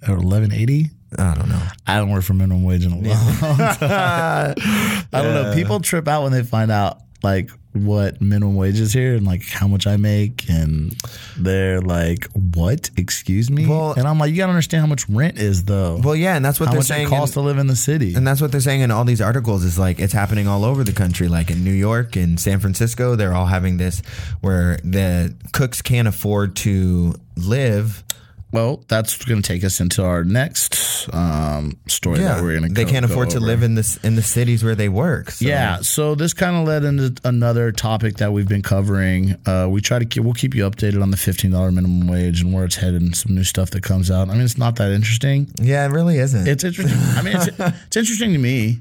Speaker 1: or eleven eighty.
Speaker 2: I don't know
Speaker 1: I don't work for minimum wage in a long time. I don't know. People trip out when they find out like what minimum wage is here and like how much I make, and they're like, "What? Excuse me?"
Speaker 2: Well-
Speaker 1: and I'm like, "You gotta understand how much rent is though.
Speaker 2: well yeah and that's what
Speaker 1: how
Speaker 2: they're
Speaker 1: much
Speaker 2: saying
Speaker 1: it
Speaker 2: in-
Speaker 1: costs to live in the city."
Speaker 2: and that's what they're saying in all these articles is like it's happening all over the country like in New York and San Francisco they're all having this where the cooks can't afford to live
Speaker 1: well, that's gonna take us into our next um, story that we're gonna.
Speaker 2: they
Speaker 1: go-
Speaker 2: can't
Speaker 1: go
Speaker 2: afford to
Speaker 1: over.
Speaker 2: live in this in the cities where they work so.
Speaker 1: Yeah, so this kind of led into another topic that we've been covering. Uh, we try to keep, we'll keep you updated on the fifteen dollar minimum wage and where it's headed, and some new stuff that comes out. I mean, it's not that interesting.
Speaker 2: yeah it really isn't
Speaker 1: It's interesting. I mean, it's, it's interesting to me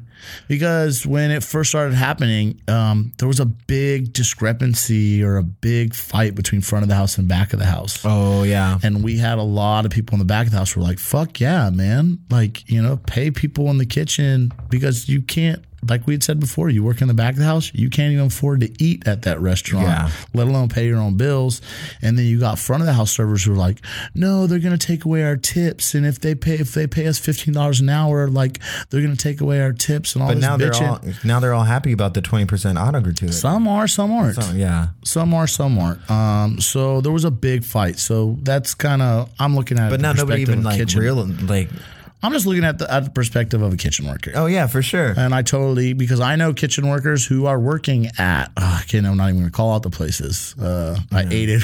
Speaker 1: because when it first started happening, um, there was a big discrepancy or a big fight between front of the house and back of the house.
Speaker 2: oh yeah
Speaker 1: And we had a lot of people in the back of the house who were like, fuck yeah, man. Like, you know, pay people in the kitchen because you can't, like we had said before, you work in the back of the house, you can't even afford to eat at that restaurant,
Speaker 2: Yeah.
Speaker 1: let alone pay your own bills. And then you got front of the house servers who were like, no, they're going to take away our tips. And if they pay, if they pay us $15 an hour, like they're going to take away our tips and all
Speaker 2: but
Speaker 1: this
Speaker 2: now they're
Speaker 1: bitching.
Speaker 2: all now they're all happy about the 20% auto gratuity
Speaker 1: some are, some aren't.
Speaker 2: so, yeah
Speaker 1: Some are, some aren't. Um, so there was a big fight. So that's kind of I'm looking at. it
Speaker 2: but
Speaker 1: from
Speaker 2: now
Speaker 1: the
Speaker 2: nobody
Speaker 1: perspective
Speaker 2: even
Speaker 1: of
Speaker 2: like
Speaker 1: kitchen.
Speaker 2: real like
Speaker 1: I'm just looking at the at the perspective of a kitchen worker.
Speaker 2: Oh yeah, for sure.
Speaker 1: And I totally because I know kitchen workers who are working at. Oh, again, I'm not even going to call out the places. Uh, I ate it.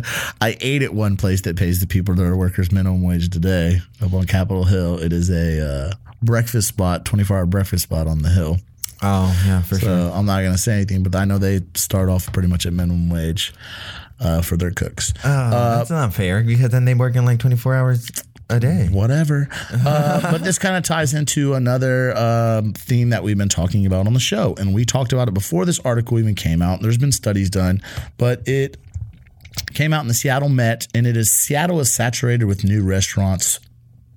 Speaker 1: I ate at one place that pays the people their workers minimum wage today up on Capitol Hill. It is a uh, breakfast spot, 24 hour breakfast spot on the hill.
Speaker 2: oh yeah, for sure.
Speaker 1: So I'm not going to say anything, but I know they start off pretty much at minimum wage uh, for their cooks.
Speaker 2: Oh, that's not fair because then they work in like 24 hours a day.
Speaker 1: whatever. Uh, but this kind of ties into another um, theme that we've been talking about on the show, and we talked about it before this article even came out. There's been studies done, but it Came out in the Seattle Met, and it is Seattle is saturated with new restaurants,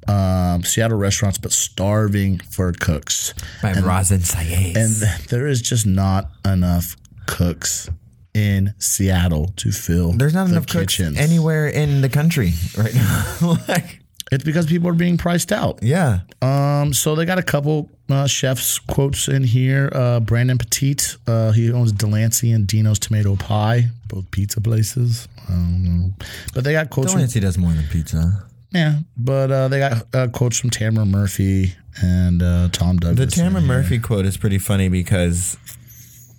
Speaker 1: um, Seattle restaurants, but starving for cooks.
Speaker 2: by Rosin Saez.
Speaker 1: And th- there is just not enough cooks in Seattle to fill.
Speaker 2: There's not
Speaker 1: the
Speaker 2: enough
Speaker 1: kitchens.
Speaker 2: kitchens anywhere in the country right now. like,
Speaker 1: It's because people are being priced out.
Speaker 2: yeah,
Speaker 1: Um, so they got a couple uh, chefs quotes in here. Uh, Brandon Petit, uh, he owns Delancey and Dino's Tomato Pie, both pizza places. I don't know, but they got quotes. From,
Speaker 2: Delancey does more than pizza.
Speaker 1: yeah, but uh, they got uh, quotes from Tamara Murphy and uh, Tom
Speaker 2: The
Speaker 1: Douglas.
Speaker 2: Tamara Murphy quote is pretty funny because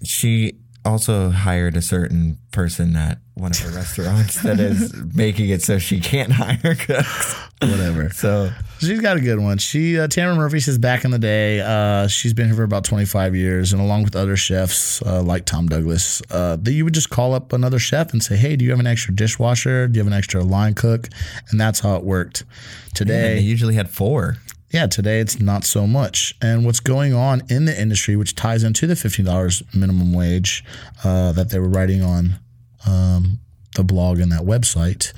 Speaker 2: she also hired a certain person at one of her restaurants that is making it so she can't hire cooks.
Speaker 1: whatever.
Speaker 2: So
Speaker 1: She's got a good one. She uh, Tamara Murphy says back in the day, uh, she's been here for about 25 years, and along with other chefs uh, like Tom Douglas, uh, that you would just call up another chef and say, "Hey, do you have an extra dishwasher? Do you have an extra line cook?" And that's how it worked. Today,
Speaker 2: they usually had four.
Speaker 1: yeah, today it's not so much. And what's going on in the industry, which ties into the $15 minimum wage uh, that they were writing on um, the blog and that website,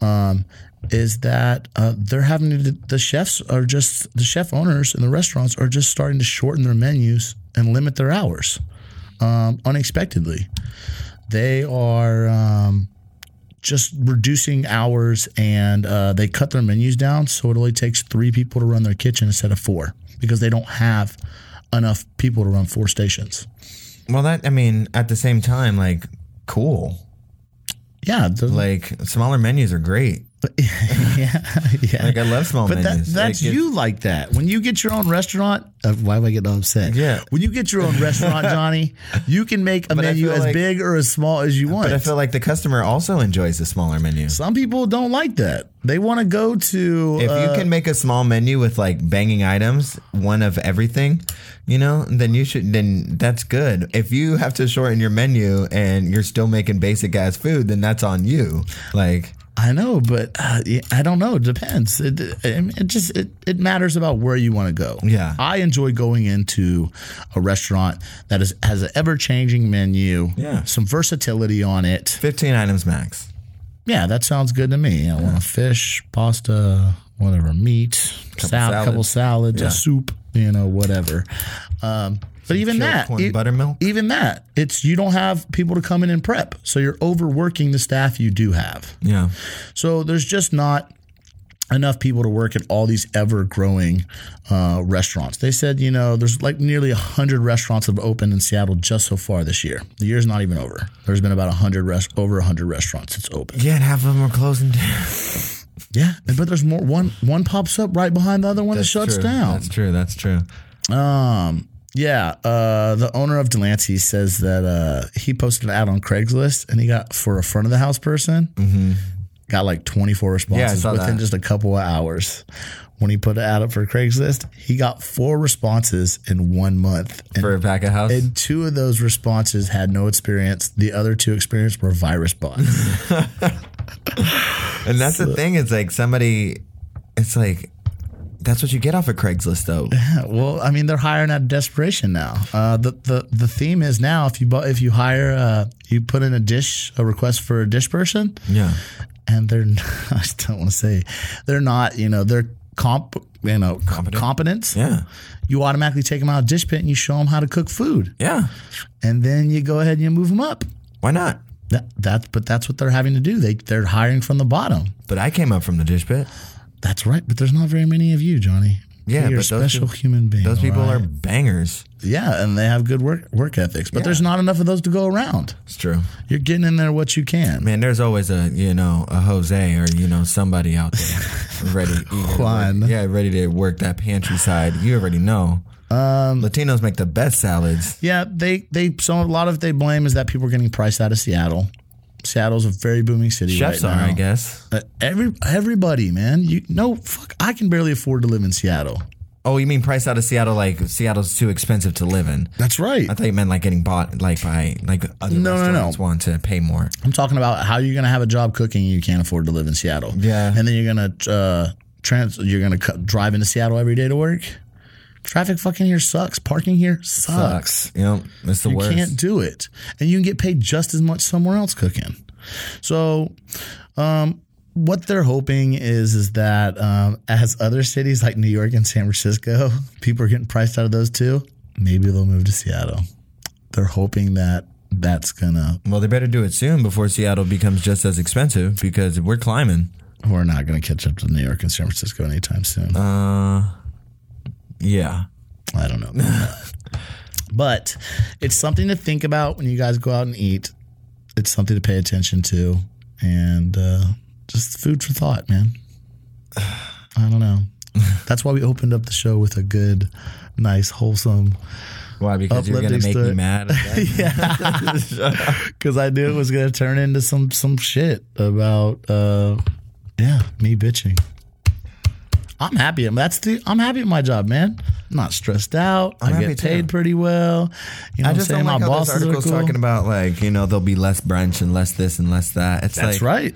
Speaker 1: um, is that uh, they're having to, the chefs are just, the chef owners and the restaurants are just starting to shorten their menus and limit their hours um, unexpectedly. They are. Um, just reducing hours and uh, they cut their menus down. So it only takes three people to run their kitchen instead of four because they don't have enough people to run four stations.
Speaker 2: Well, that I mean, at the same time, like cool.
Speaker 1: Yeah, the-
Speaker 2: Like smaller menus are great.
Speaker 1: yeah, yeah.
Speaker 2: Like I love small
Speaker 1: but that,
Speaker 2: menus.
Speaker 1: that's
Speaker 2: Like, it-
Speaker 1: you like that. When you get your own restaurant, uh, why do I get all upset?
Speaker 2: Yeah.
Speaker 1: When you get your own restaurant, Johnny, you can make a
Speaker 2: I
Speaker 1: menu
Speaker 2: feel
Speaker 1: as
Speaker 2: like-
Speaker 1: big or as small as you want.
Speaker 2: But I feel like the customer also enjoys the smaller menu.
Speaker 1: Some people don't like that. They want to go to.
Speaker 2: If
Speaker 1: uh,
Speaker 2: you can make a small menu with like banging items, one of everything, you know, then you should then that's good. If you have to shorten your menu and you're still making basic ass food, then that's on you. Like
Speaker 1: I know, but uh, yeah, I don't know. It depends. It, it, it just it, it matters about where you want to go.
Speaker 2: Yeah.
Speaker 1: I enjoy going into a restaurant that is has an ever changing menu.
Speaker 2: Yeah.
Speaker 1: some versatility on it.
Speaker 2: 15 items max.
Speaker 1: Yeah, that sounds good to me. I want a fish, pasta, whatever, meat, sal-
Speaker 2: salads.
Speaker 1: couple salads,
Speaker 2: Yeah.
Speaker 1: a soup, you know, whatever. Um, but even
Speaker 2: chilled
Speaker 1: that, e-,
Speaker 2: corn buttermilk.
Speaker 1: Even that, it's you don't have people to come in and prep, so you're overworking the staff you do have.
Speaker 2: Yeah.
Speaker 1: So there's just not enough people to work at all these ever growing uh, restaurants. They said, you know, there's like nearly 100 restaurants have opened in Seattle just so far this year. The year's not even over. There's been about 100 rest- over 100 restaurants that's open.
Speaker 2: Yeah, and half of them are closing down.
Speaker 1: Yeah, but there's more one one pops up right behind the other one that shuts
Speaker 2: True.
Speaker 1: down.
Speaker 2: That's true. That's true.
Speaker 1: Yeah, uh, the owner of Delancey says that uh, he posted an ad on Craigslist and he got for a front of the house person, got like 24
Speaker 2: Mm-hmm. Yeah, I
Speaker 1: responses
Speaker 2: saw
Speaker 1: within
Speaker 2: that.
Speaker 1: just a couple of hours. When he put an ad up for Craigslist, he got four responses in one month. And,
Speaker 2: For a pack of house.
Speaker 1: and two of those responses had no experience, the other two experience were virus bots.
Speaker 2: And that's the thing. It's like somebody, it's like, that's what you get off of Craigslist, though.
Speaker 1: well, I mean, they're hiring out of desperation now. Uh, the, the the theme is now if you bu- if you hire uh, you put in a dish a request for a dish person,
Speaker 2: Yeah.
Speaker 1: and they're not, I just don't want to say they're not you know they're comp you know competent. competence
Speaker 2: Yeah.
Speaker 1: you automatically take them out of dish pit and you show them how to cook food
Speaker 2: Yeah.
Speaker 1: and then you go ahead and you move them up
Speaker 2: Why not?
Speaker 1: that, that but that's what they're having to do they they're hiring from the bottom
Speaker 2: But I came up from the dish pit.
Speaker 1: that's right but there's not very many of you Johnny
Speaker 2: Yeah,
Speaker 1: you're a
Speaker 2: but those
Speaker 1: special
Speaker 2: peop-
Speaker 1: human being
Speaker 2: Those
Speaker 1: all
Speaker 2: people
Speaker 1: right?
Speaker 2: are bangers.
Speaker 1: yeah and they have good work work ethics but there's not enough of those to go around
Speaker 2: It's true.
Speaker 1: you're getting in there what you can
Speaker 2: Man, there's always a you know a Jose or you know somebody out there ready. eager to work-
Speaker 1: Juan.
Speaker 2: yeah, ready to work that pantry side. You already know. Um, Latinos make the best salads.
Speaker 1: Yeah, they they so a lot of they blame is that people are getting priced out of Seattle. Seattle's a very booming city
Speaker 2: Chefs
Speaker 1: right
Speaker 2: are,
Speaker 1: now.
Speaker 2: I guess.
Speaker 1: Uh, every everybody, man, you no fuck. I can barely afford to live in Seattle.
Speaker 2: Oh, you mean price out of Seattle? Like Seattle's too expensive to live in.
Speaker 1: That's right.
Speaker 2: I thought you meant like getting bought like by like other
Speaker 1: No, no, no.
Speaker 2: restaurants want to pay more.
Speaker 1: I'm talking about how you're gonna have a job cooking. and You can't afford to live in Seattle.
Speaker 2: Yeah.
Speaker 1: and then you're gonna uh, trans. You're gonna cut, drive into Seattle every day to work. Traffic fucking here sucks. Parking here sucks.
Speaker 2: Yep, it's the
Speaker 1: You
Speaker 2: worst.
Speaker 1: can't do it, and you can get paid just as much somewhere else cooking. So, um, what they're hoping is is that um, as other cities like New York and San Francisco, people are getting priced out of those two. Maybe they'll move to Seattle. They're hoping that that's gonna.
Speaker 2: Well, they better do it soon before Seattle becomes just as expensive because we're climbing.
Speaker 1: We're not gonna catch up to New York and San Francisco anytime soon.
Speaker 2: Yeah.
Speaker 1: I don't know. about that. but it's something to think about when you guys go out and eat. It's something to pay attention to, and uh, just food for thought, man. I don't know. That's why we opened up the show with a good, nice, wholesome.
Speaker 2: Why? Because you're gonna
Speaker 1: Uplifting
Speaker 2: make me
Speaker 1: story.
Speaker 2: mad.
Speaker 1: Because I knew it was gonna turn into some some shit about, uh, yeah, me bitching. I'm happy. at- That's the. I'm happy at my job, man. I'm not stressed out. i
Speaker 2: happy
Speaker 1: get paid pretty well. You know
Speaker 2: I just
Speaker 1: what I'm saying?
Speaker 2: don't like
Speaker 1: my
Speaker 2: how this
Speaker 1: bosses are
Speaker 2: article's
Speaker 1: cool.
Speaker 2: talking about like you know there'll be less brunch and less this and less that. It's
Speaker 1: That's
Speaker 2: like
Speaker 1: right.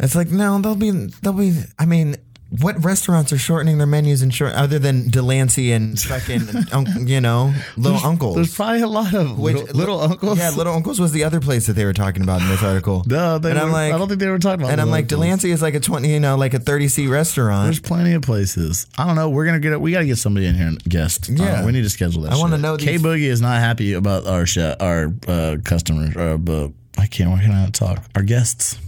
Speaker 2: It's like no, they'll be they'll be. I mean, what restaurants are shortening their menus and short other than Delancey and fucking un, you know little uncles.
Speaker 1: There's probably a lot of
Speaker 2: Which-
Speaker 1: little, little uncles.
Speaker 2: Yeah, little uncles was the other place that they were talking about in this article.
Speaker 1: No, they
Speaker 2: and I'm
Speaker 1: were-
Speaker 2: like,
Speaker 1: I don't think they were talking about.
Speaker 2: and I'm
Speaker 1: Little
Speaker 2: like,
Speaker 1: Uncles.
Speaker 2: Delancey is like a twenty, you know, like a thirty seat
Speaker 1: There's
Speaker 2: restaurant.
Speaker 1: plenty of places. I don't know. We're gonna get it. We gotta get somebody in here and guest.
Speaker 2: Yeah.
Speaker 1: Uh, we need to schedule that.
Speaker 2: I wanna
Speaker 1: shit.
Speaker 2: know
Speaker 1: K
Speaker 2: these-
Speaker 1: Boogie is not happy about our sh- our uh, customers. Or, uh, I can't. Why can I not talk? Our guests.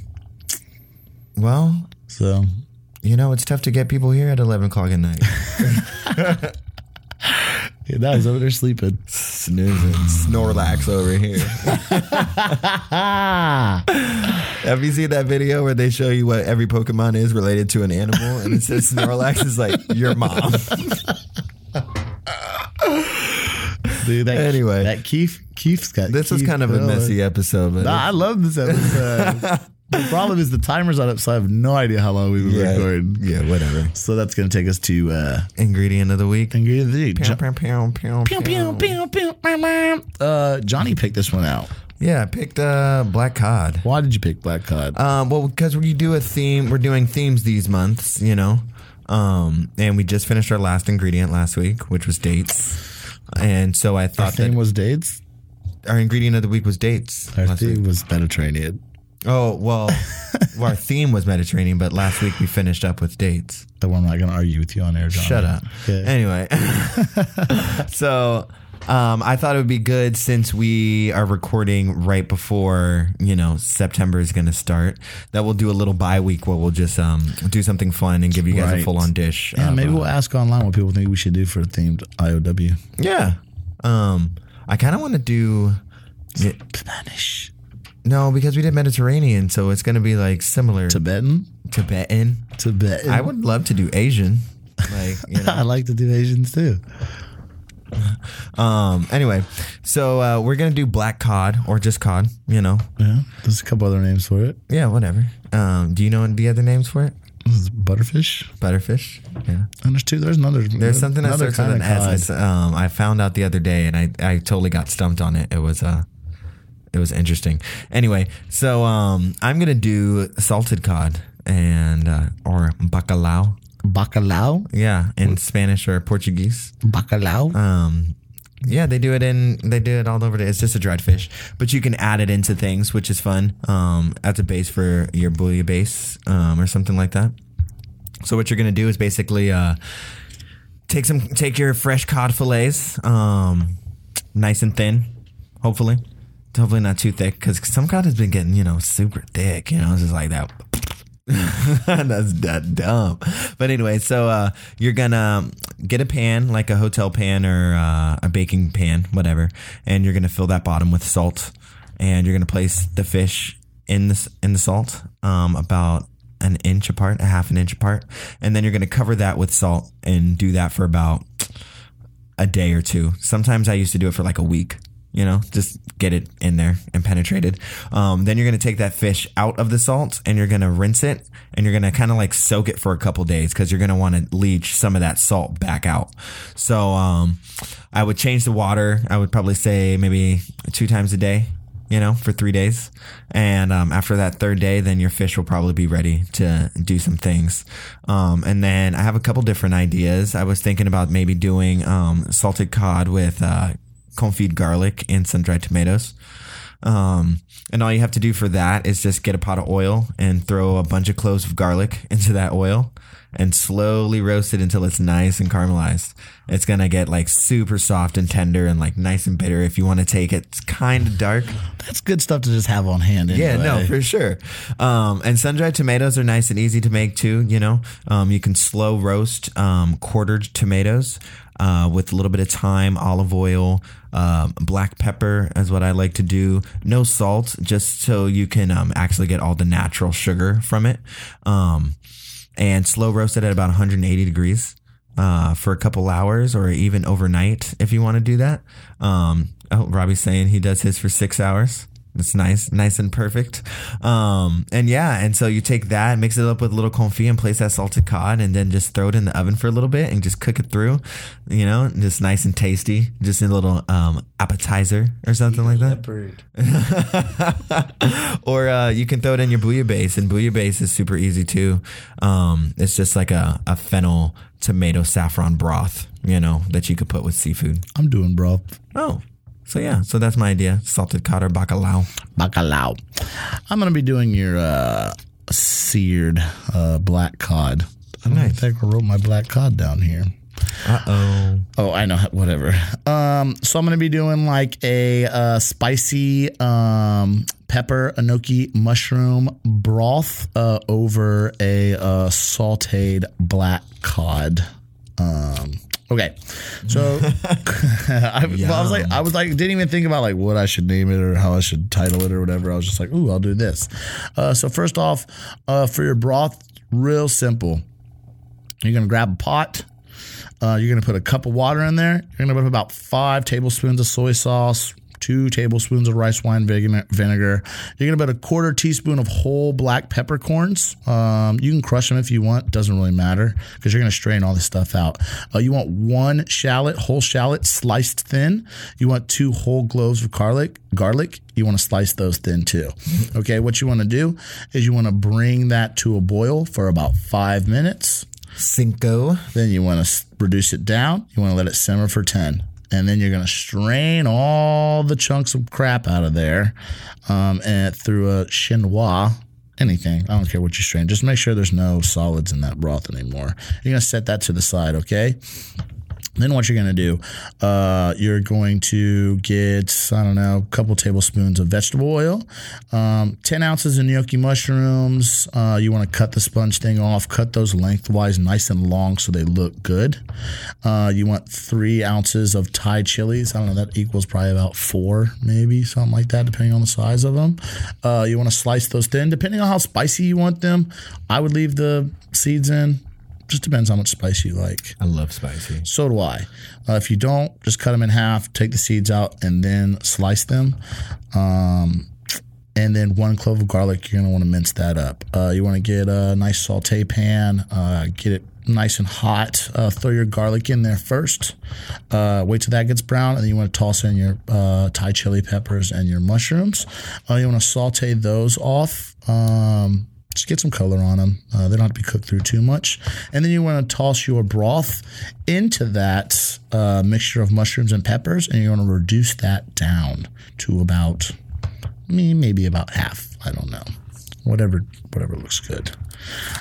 Speaker 2: Well,
Speaker 1: So
Speaker 2: you know, it's tough to get people here at eleven o'clock at night.
Speaker 1: yeah, now he's over there sleeping.
Speaker 2: Snoozing, Snorlax over here.
Speaker 1: Ah,
Speaker 2: Have you seen that video where they show you what every Pokemon is related to an animal, and it says Snorlax is like your mom?
Speaker 1: dude. That,
Speaker 2: Anyway.
Speaker 1: that Keith Keith's got.
Speaker 2: This was
Speaker 1: Keith
Speaker 2: kind of a
Speaker 1: going.
Speaker 2: messy episode, but
Speaker 1: Nah, I love this episode. the problem is the timer's on up, so I have no idea how long we've been
Speaker 2: yeah,
Speaker 1: recording.
Speaker 2: yeah, whatever.
Speaker 1: So that's going to take us to uh,
Speaker 2: Ingredient of the week.
Speaker 1: ingredient of the week. Jo-
Speaker 2: Pew, pew, pew, pew, pew.
Speaker 1: Uh, Johnny picked this one out.
Speaker 2: Yeah, I picked uh, black cod.
Speaker 1: Why did you pick Black Cod?
Speaker 2: Um, well, because we do a theme, we're doing themes these months, you know. Um, and we just finished our last ingredient last week, which was dates. And so I
Speaker 1: our
Speaker 2: thought
Speaker 1: theme
Speaker 2: that
Speaker 1: was dates.
Speaker 2: our ingredient of the week was dates.
Speaker 1: Our
Speaker 2: last week.
Speaker 1: theme was Mediterranean.
Speaker 2: Oh well, well, our theme was Mediterranean, but last week we finished up with dates.
Speaker 1: Though I'm not going to argue with you on air, Johnny.
Speaker 2: Shut up.
Speaker 1: Okay.
Speaker 2: Anyway, so um, I thought it would be good since we are recording right before you know September is going to start that we'll do a little bye week where we'll just um, do something fun and give you guys
Speaker 1: Right.
Speaker 2: a full on dish.
Speaker 1: Yeah,
Speaker 2: of,
Speaker 1: maybe
Speaker 2: uh,
Speaker 1: we'll ask online what people think we should do for a themed IOW.
Speaker 2: yeah. Um, I kind of want to do
Speaker 1: Spanish.
Speaker 2: no because we did Mediterranean, so it's going to be like similar to
Speaker 1: Tibetan?
Speaker 2: Tibetan.
Speaker 1: Tibetan.
Speaker 2: I would love to do Asian, like you know.
Speaker 1: I like to do Asians too.
Speaker 2: Um. Anyway, so uh, we're gonna do black cod or just cod. You know.
Speaker 1: Yeah. There's a couple other names for it.
Speaker 2: Yeah. Whatever. Um. Do you know the other names for it?
Speaker 1: There's butterfish.
Speaker 2: Butterfish. Yeah.
Speaker 1: And there's two. There's another.
Speaker 2: There's something that starts with an S.
Speaker 1: cod.
Speaker 2: It's, um. I found out the other day, and I I totally got stumped on it. It was uh. It was interesting. Anyway, so um, I'm gonna do salted cod and uh, or bacalao.
Speaker 1: Bacalao.
Speaker 2: Yeah, in Spanish or Portuguese.
Speaker 1: Bacalao.
Speaker 2: Um, yeah, they do it in. They do it all over. The, it's just a dried fish, but you can add it into things, which is fun. Um, as a base for your bouillabaisse, um, or something like that. So what you're gonna do is basically uh, take some, take your fresh cod fillets, um, nice and thin, hopefully. Hopefully not too thick, because some cod has been getting you know super thick. You know, it's just like that. That's that dumb. But anyway, so uh, you're gonna get a pan, like a hotel pan or uh, a baking pan, whatever, and you're gonna fill that bottom with salt, and you're gonna place the fish in this in the salt, um, about an inch apart, a half an inch apart, and then you're gonna cover that with salt and do that for about a day or two. Sometimes I used to do it for like a week, you know, just get it in there and penetrated. Um, then you're going to take that fish out of the salt and you're going to rinse it and you're going to kind of like soak it for a couple days because you're going to want to leach some of that salt back out. So um, I would change the water. I would probably say maybe two times a day. You know, for three days. And um, after that third day, then your fish will probably be ready to do some things. Um, and then I have a couple different ideas. I was thinking about maybe doing um, salted cod with uh, confit garlic and sun dried tomatoes. Um, and all you have to do for that is just get a pot of oil and throw a bunch of cloves of garlic into that oil and slowly roast it until it's nice and caramelized. It's gonna get like super soft and tender and like nice and bitter if you want to take it. It's kind of dark.
Speaker 1: That's good stuff to just have on hand. Anyway.
Speaker 2: Yeah, no, for sure. Um, and sun dried tomatoes are nice and easy to make too. You know, um, you can slow roast um, quartered tomatoes uh, with a little bit of thyme, olive oil, um, black pepper is what I like to do. No salt, just so you can um, actually get all the natural sugar from it. Um, and slow roast it at about 180 degrees uh, for a couple hours or even overnight if you want to do that. Um, oh, Robbie's saying he does his for six hours. It's nice, nice and perfect. Um, and yeah, and so you take that, mix it up with a little confit, and place that salted cod, and then just throw it in the oven for a little bit and just cook it through, you know, just nice and tasty, just a little um, appetizer or something like that.
Speaker 4: Leopard.
Speaker 2: or uh, you can throw it in your bouillabaisse, and bouillabaisse is super easy too. Um, it's just like a, a fennel tomato saffron broth, you know, that you could put with seafood.
Speaker 1: I'm doing broth.
Speaker 2: Oh, so yeah, so that's my idea: salted cod or bacalao.
Speaker 1: Bacalao. I'm going to be doing your uh, seared uh, black cod. I don't
Speaker 2: Nice.
Speaker 1: think I wrote my black cod down here.
Speaker 2: Uh oh,
Speaker 1: Oh, I know. Whatever. Um, so I'm gonna be doing like a uh, spicy um, pepper enoki mushroom broth uh, over a uh, sautéed black cod. Um, okay, so I, well, I was like, I was like, didn't even think about like what I should name it or how I should title it or whatever. I was just like, ooh, I'll do this. Uh, so first off, uh, for your broth, real simple. You're gonna grab a pot. Uh, you're going to put a cup of water in there. You're going to put about five tablespoons of soy sauce, two tablespoons of rice wine vig- vinegar. You're going to put a quarter teaspoon of whole black peppercorns. Um, you can crush them if you want. Doesn't really matter because you're going to strain all this stuff out. Uh, you want one shallot, whole shallot, sliced thin. You want two whole cloves of garlic. Garlic. You want to slice those thin too. Okay. What you want to do is you want to bring that to a boil for about five minutes.
Speaker 2: cinco.
Speaker 1: Then you want to reduce it down. You want to let it simmer for 10. And then you're going to strain all the chunks of crap out of there um, and through a chinois, anything. I don't care what you strain. Just make sure there's no solids in that broth anymore. You're going to set that to the side, okay? Then what you're going to do, uh, you're going to get, I don't know, a couple tablespoons of vegetable oil, um, 10 ounces of gnocchi mushrooms. Uh, you want to cut the sponge thing off, cut those lengthwise nice and long so they look good. Uh, you want three ounces of Thai chilies. I don't know, that equals probably about four, maybe something like that, depending on the size of them. Uh, you want to slice those thin, depending on how spicy you want them. I would leave the seeds in. Just depends how much spice you like.
Speaker 2: I love spicy.
Speaker 1: So do I. Uh, if you don't, just cut them in half, take the seeds out, and then slice them. Um, and then one clove of garlic. You're gonna want to mince that up. Uh, you want to get a nice saute pan. Uh, get it nice and hot. Uh, throw your garlic in there first. Uh, wait till that gets brown, and then you want to toss in your uh, Thai chili peppers and your mushrooms. Uh, you want to saute those off. Um, just get some color on them. Uh, they don't have to be cooked through too much. And then you want to toss your broth into that uh, mixture of mushrooms and peppers, and you want to reduce that down to about me maybe about half. I don't know. Whatever whatever looks good.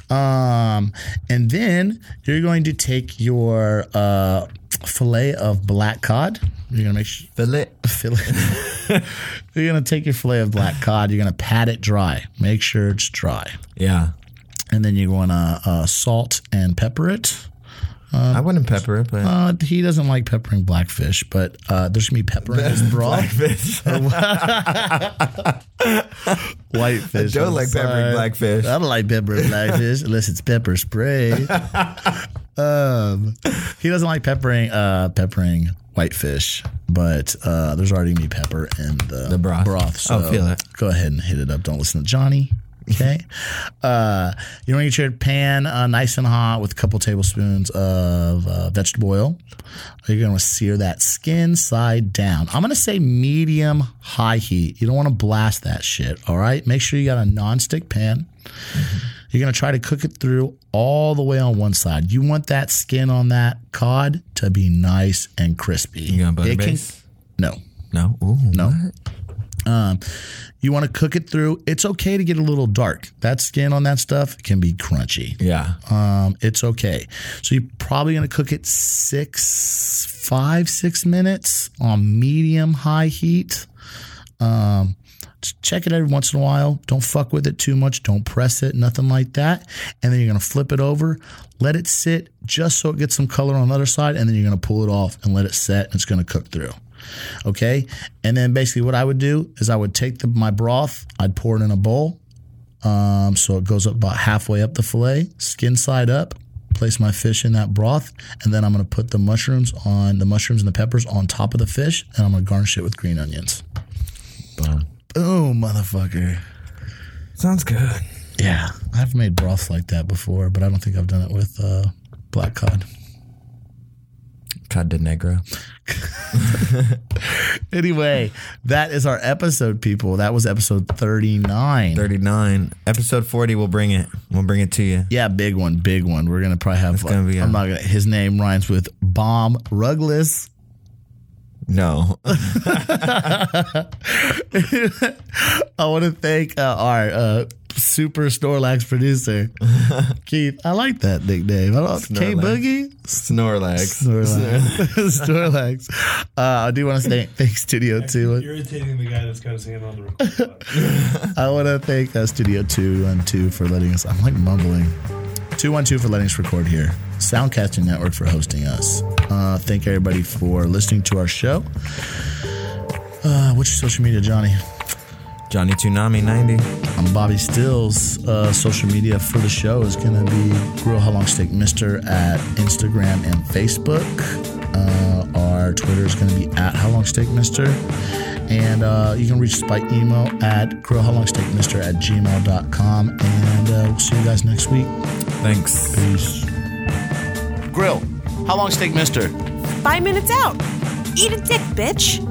Speaker 1: Um, and then you're going to take your uh, fillet of black cod. You're gonna make sure
Speaker 2: Fillet.
Speaker 1: fillet. you're gonna take your fillet of black cod. You're gonna pat it dry. Make sure it's dry,
Speaker 2: Yeah.
Speaker 1: and then you want to uh, salt and pepper it.
Speaker 2: I wouldn't pepper it, but
Speaker 1: Uh, he doesn't like peppering blackfish, but uh, there's gonna be pepper in his broth.
Speaker 2: blackfish.
Speaker 1: Whitefish.
Speaker 2: I don't like peppering
Speaker 1: inside.
Speaker 2: blackfish.
Speaker 1: I don't like peppering blackfish unless it's pepper spray. um, he doesn't like peppering uh, peppering whitefish, but uh, there's already gonna be pepper in the,
Speaker 2: The broth.
Speaker 1: So
Speaker 2: I'll feel it.
Speaker 1: Go ahead and hit it up. Don't listen to Johnny. Okay. uh, you want to get your pan uh, nice and hot with a couple tablespoons of uh, vegetable oil. You're going to sear that skin side down. I'm going to say medium high heat. You don't want to blast that shit. All right. Make sure you got a nonstick pan.
Speaker 2: Mm-hmm.
Speaker 1: You're going to try to cook it through all the way on one side. You want that skin on that cod to be nice and crispy.
Speaker 2: you got butter
Speaker 1: It can-
Speaker 2: base?
Speaker 1: No.
Speaker 2: No. Ooh,
Speaker 1: No. Um, you want to cook it through. It's okay to get a little dark. That skin on that stuff can be crunchy.
Speaker 2: Yeah.
Speaker 1: Um, it's okay. So you're probably going to cook it six, five, six minutes on medium high heat. Um, just check it every once in a while. Don't fuck with it too much. Don't press it, nothing like that. And then you're going to flip it over, let it sit just so it gets some color on the other side. And then you're going to pull it off and let it set. And it's going to cook through. Okay. And then basically what I would do is I would take the, my broth, I'd pour it in a bowl. Um, so it goes up about halfway up the filet, skin side up. Place my fish in that broth, and then I'm going to put the mushrooms on the mushrooms and the peppers on top of the fish, and I'm going to garnish it with green onions.
Speaker 2: Boom.
Speaker 1: Boom, motherfucker!
Speaker 2: Sounds good.
Speaker 1: Yeah, I've made broths like that before, but I don't think I've done it with uh, black cod.
Speaker 2: Cod de Negro.
Speaker 1: Anyway, that is our episode, people. That was episode 39.
Speaker 2: 39. Episode 40, we'll bring it. We'll bring it to you.
Speaker 1: Yeah, big one, big one. We're gonna probably have. Like,
Speaker 2: gonna be,
Speaker 1: I'm
Speaker 2: uh,
Speaker 1: not gonna. His name rhymes with bomb rugless.
Speaker 2: No.
Speaker 1: I want to thank uh, our uh, super Snorlax producer, Keith. I like that nickname. I don't K
Speaker 2: Snorlax.
Speaker 1: Boogie.
Speaker 2: Snorlax.
Speaker 1: Snorlax. Snorlax. Uh, I do want to thank, thank Studio Two.
Speaker 3: irritating the guy that's got his hand on the record button.
Speaker 1: I want to thank uh, Studio 212 for letting us. I'm like mumbling. 212 for letting us record here. Soundcasting Network for hosting us. Uh, thank everybody for listening to our show. Uh, what's your social media, Johnny?
Speaker 2: Johnny Tsunami 90.
Speaker 1: I'm Bobby Stills. Uh, social media for the show is going to be Grill How Long Steak Mister at Instagram and Facebook. Uh, our Twitter is going to be at How Long Steak Mister. And uh, you can reach us by email at Grill How Long Steak Mister at gmail.com. And uh, we'll see you guys next week.
Speaker 2: Thanks.
Speaker 1: Peace. Grill How Long Steak Mister.
Speaker 4: Five minutes out. Eat a dick, bitch.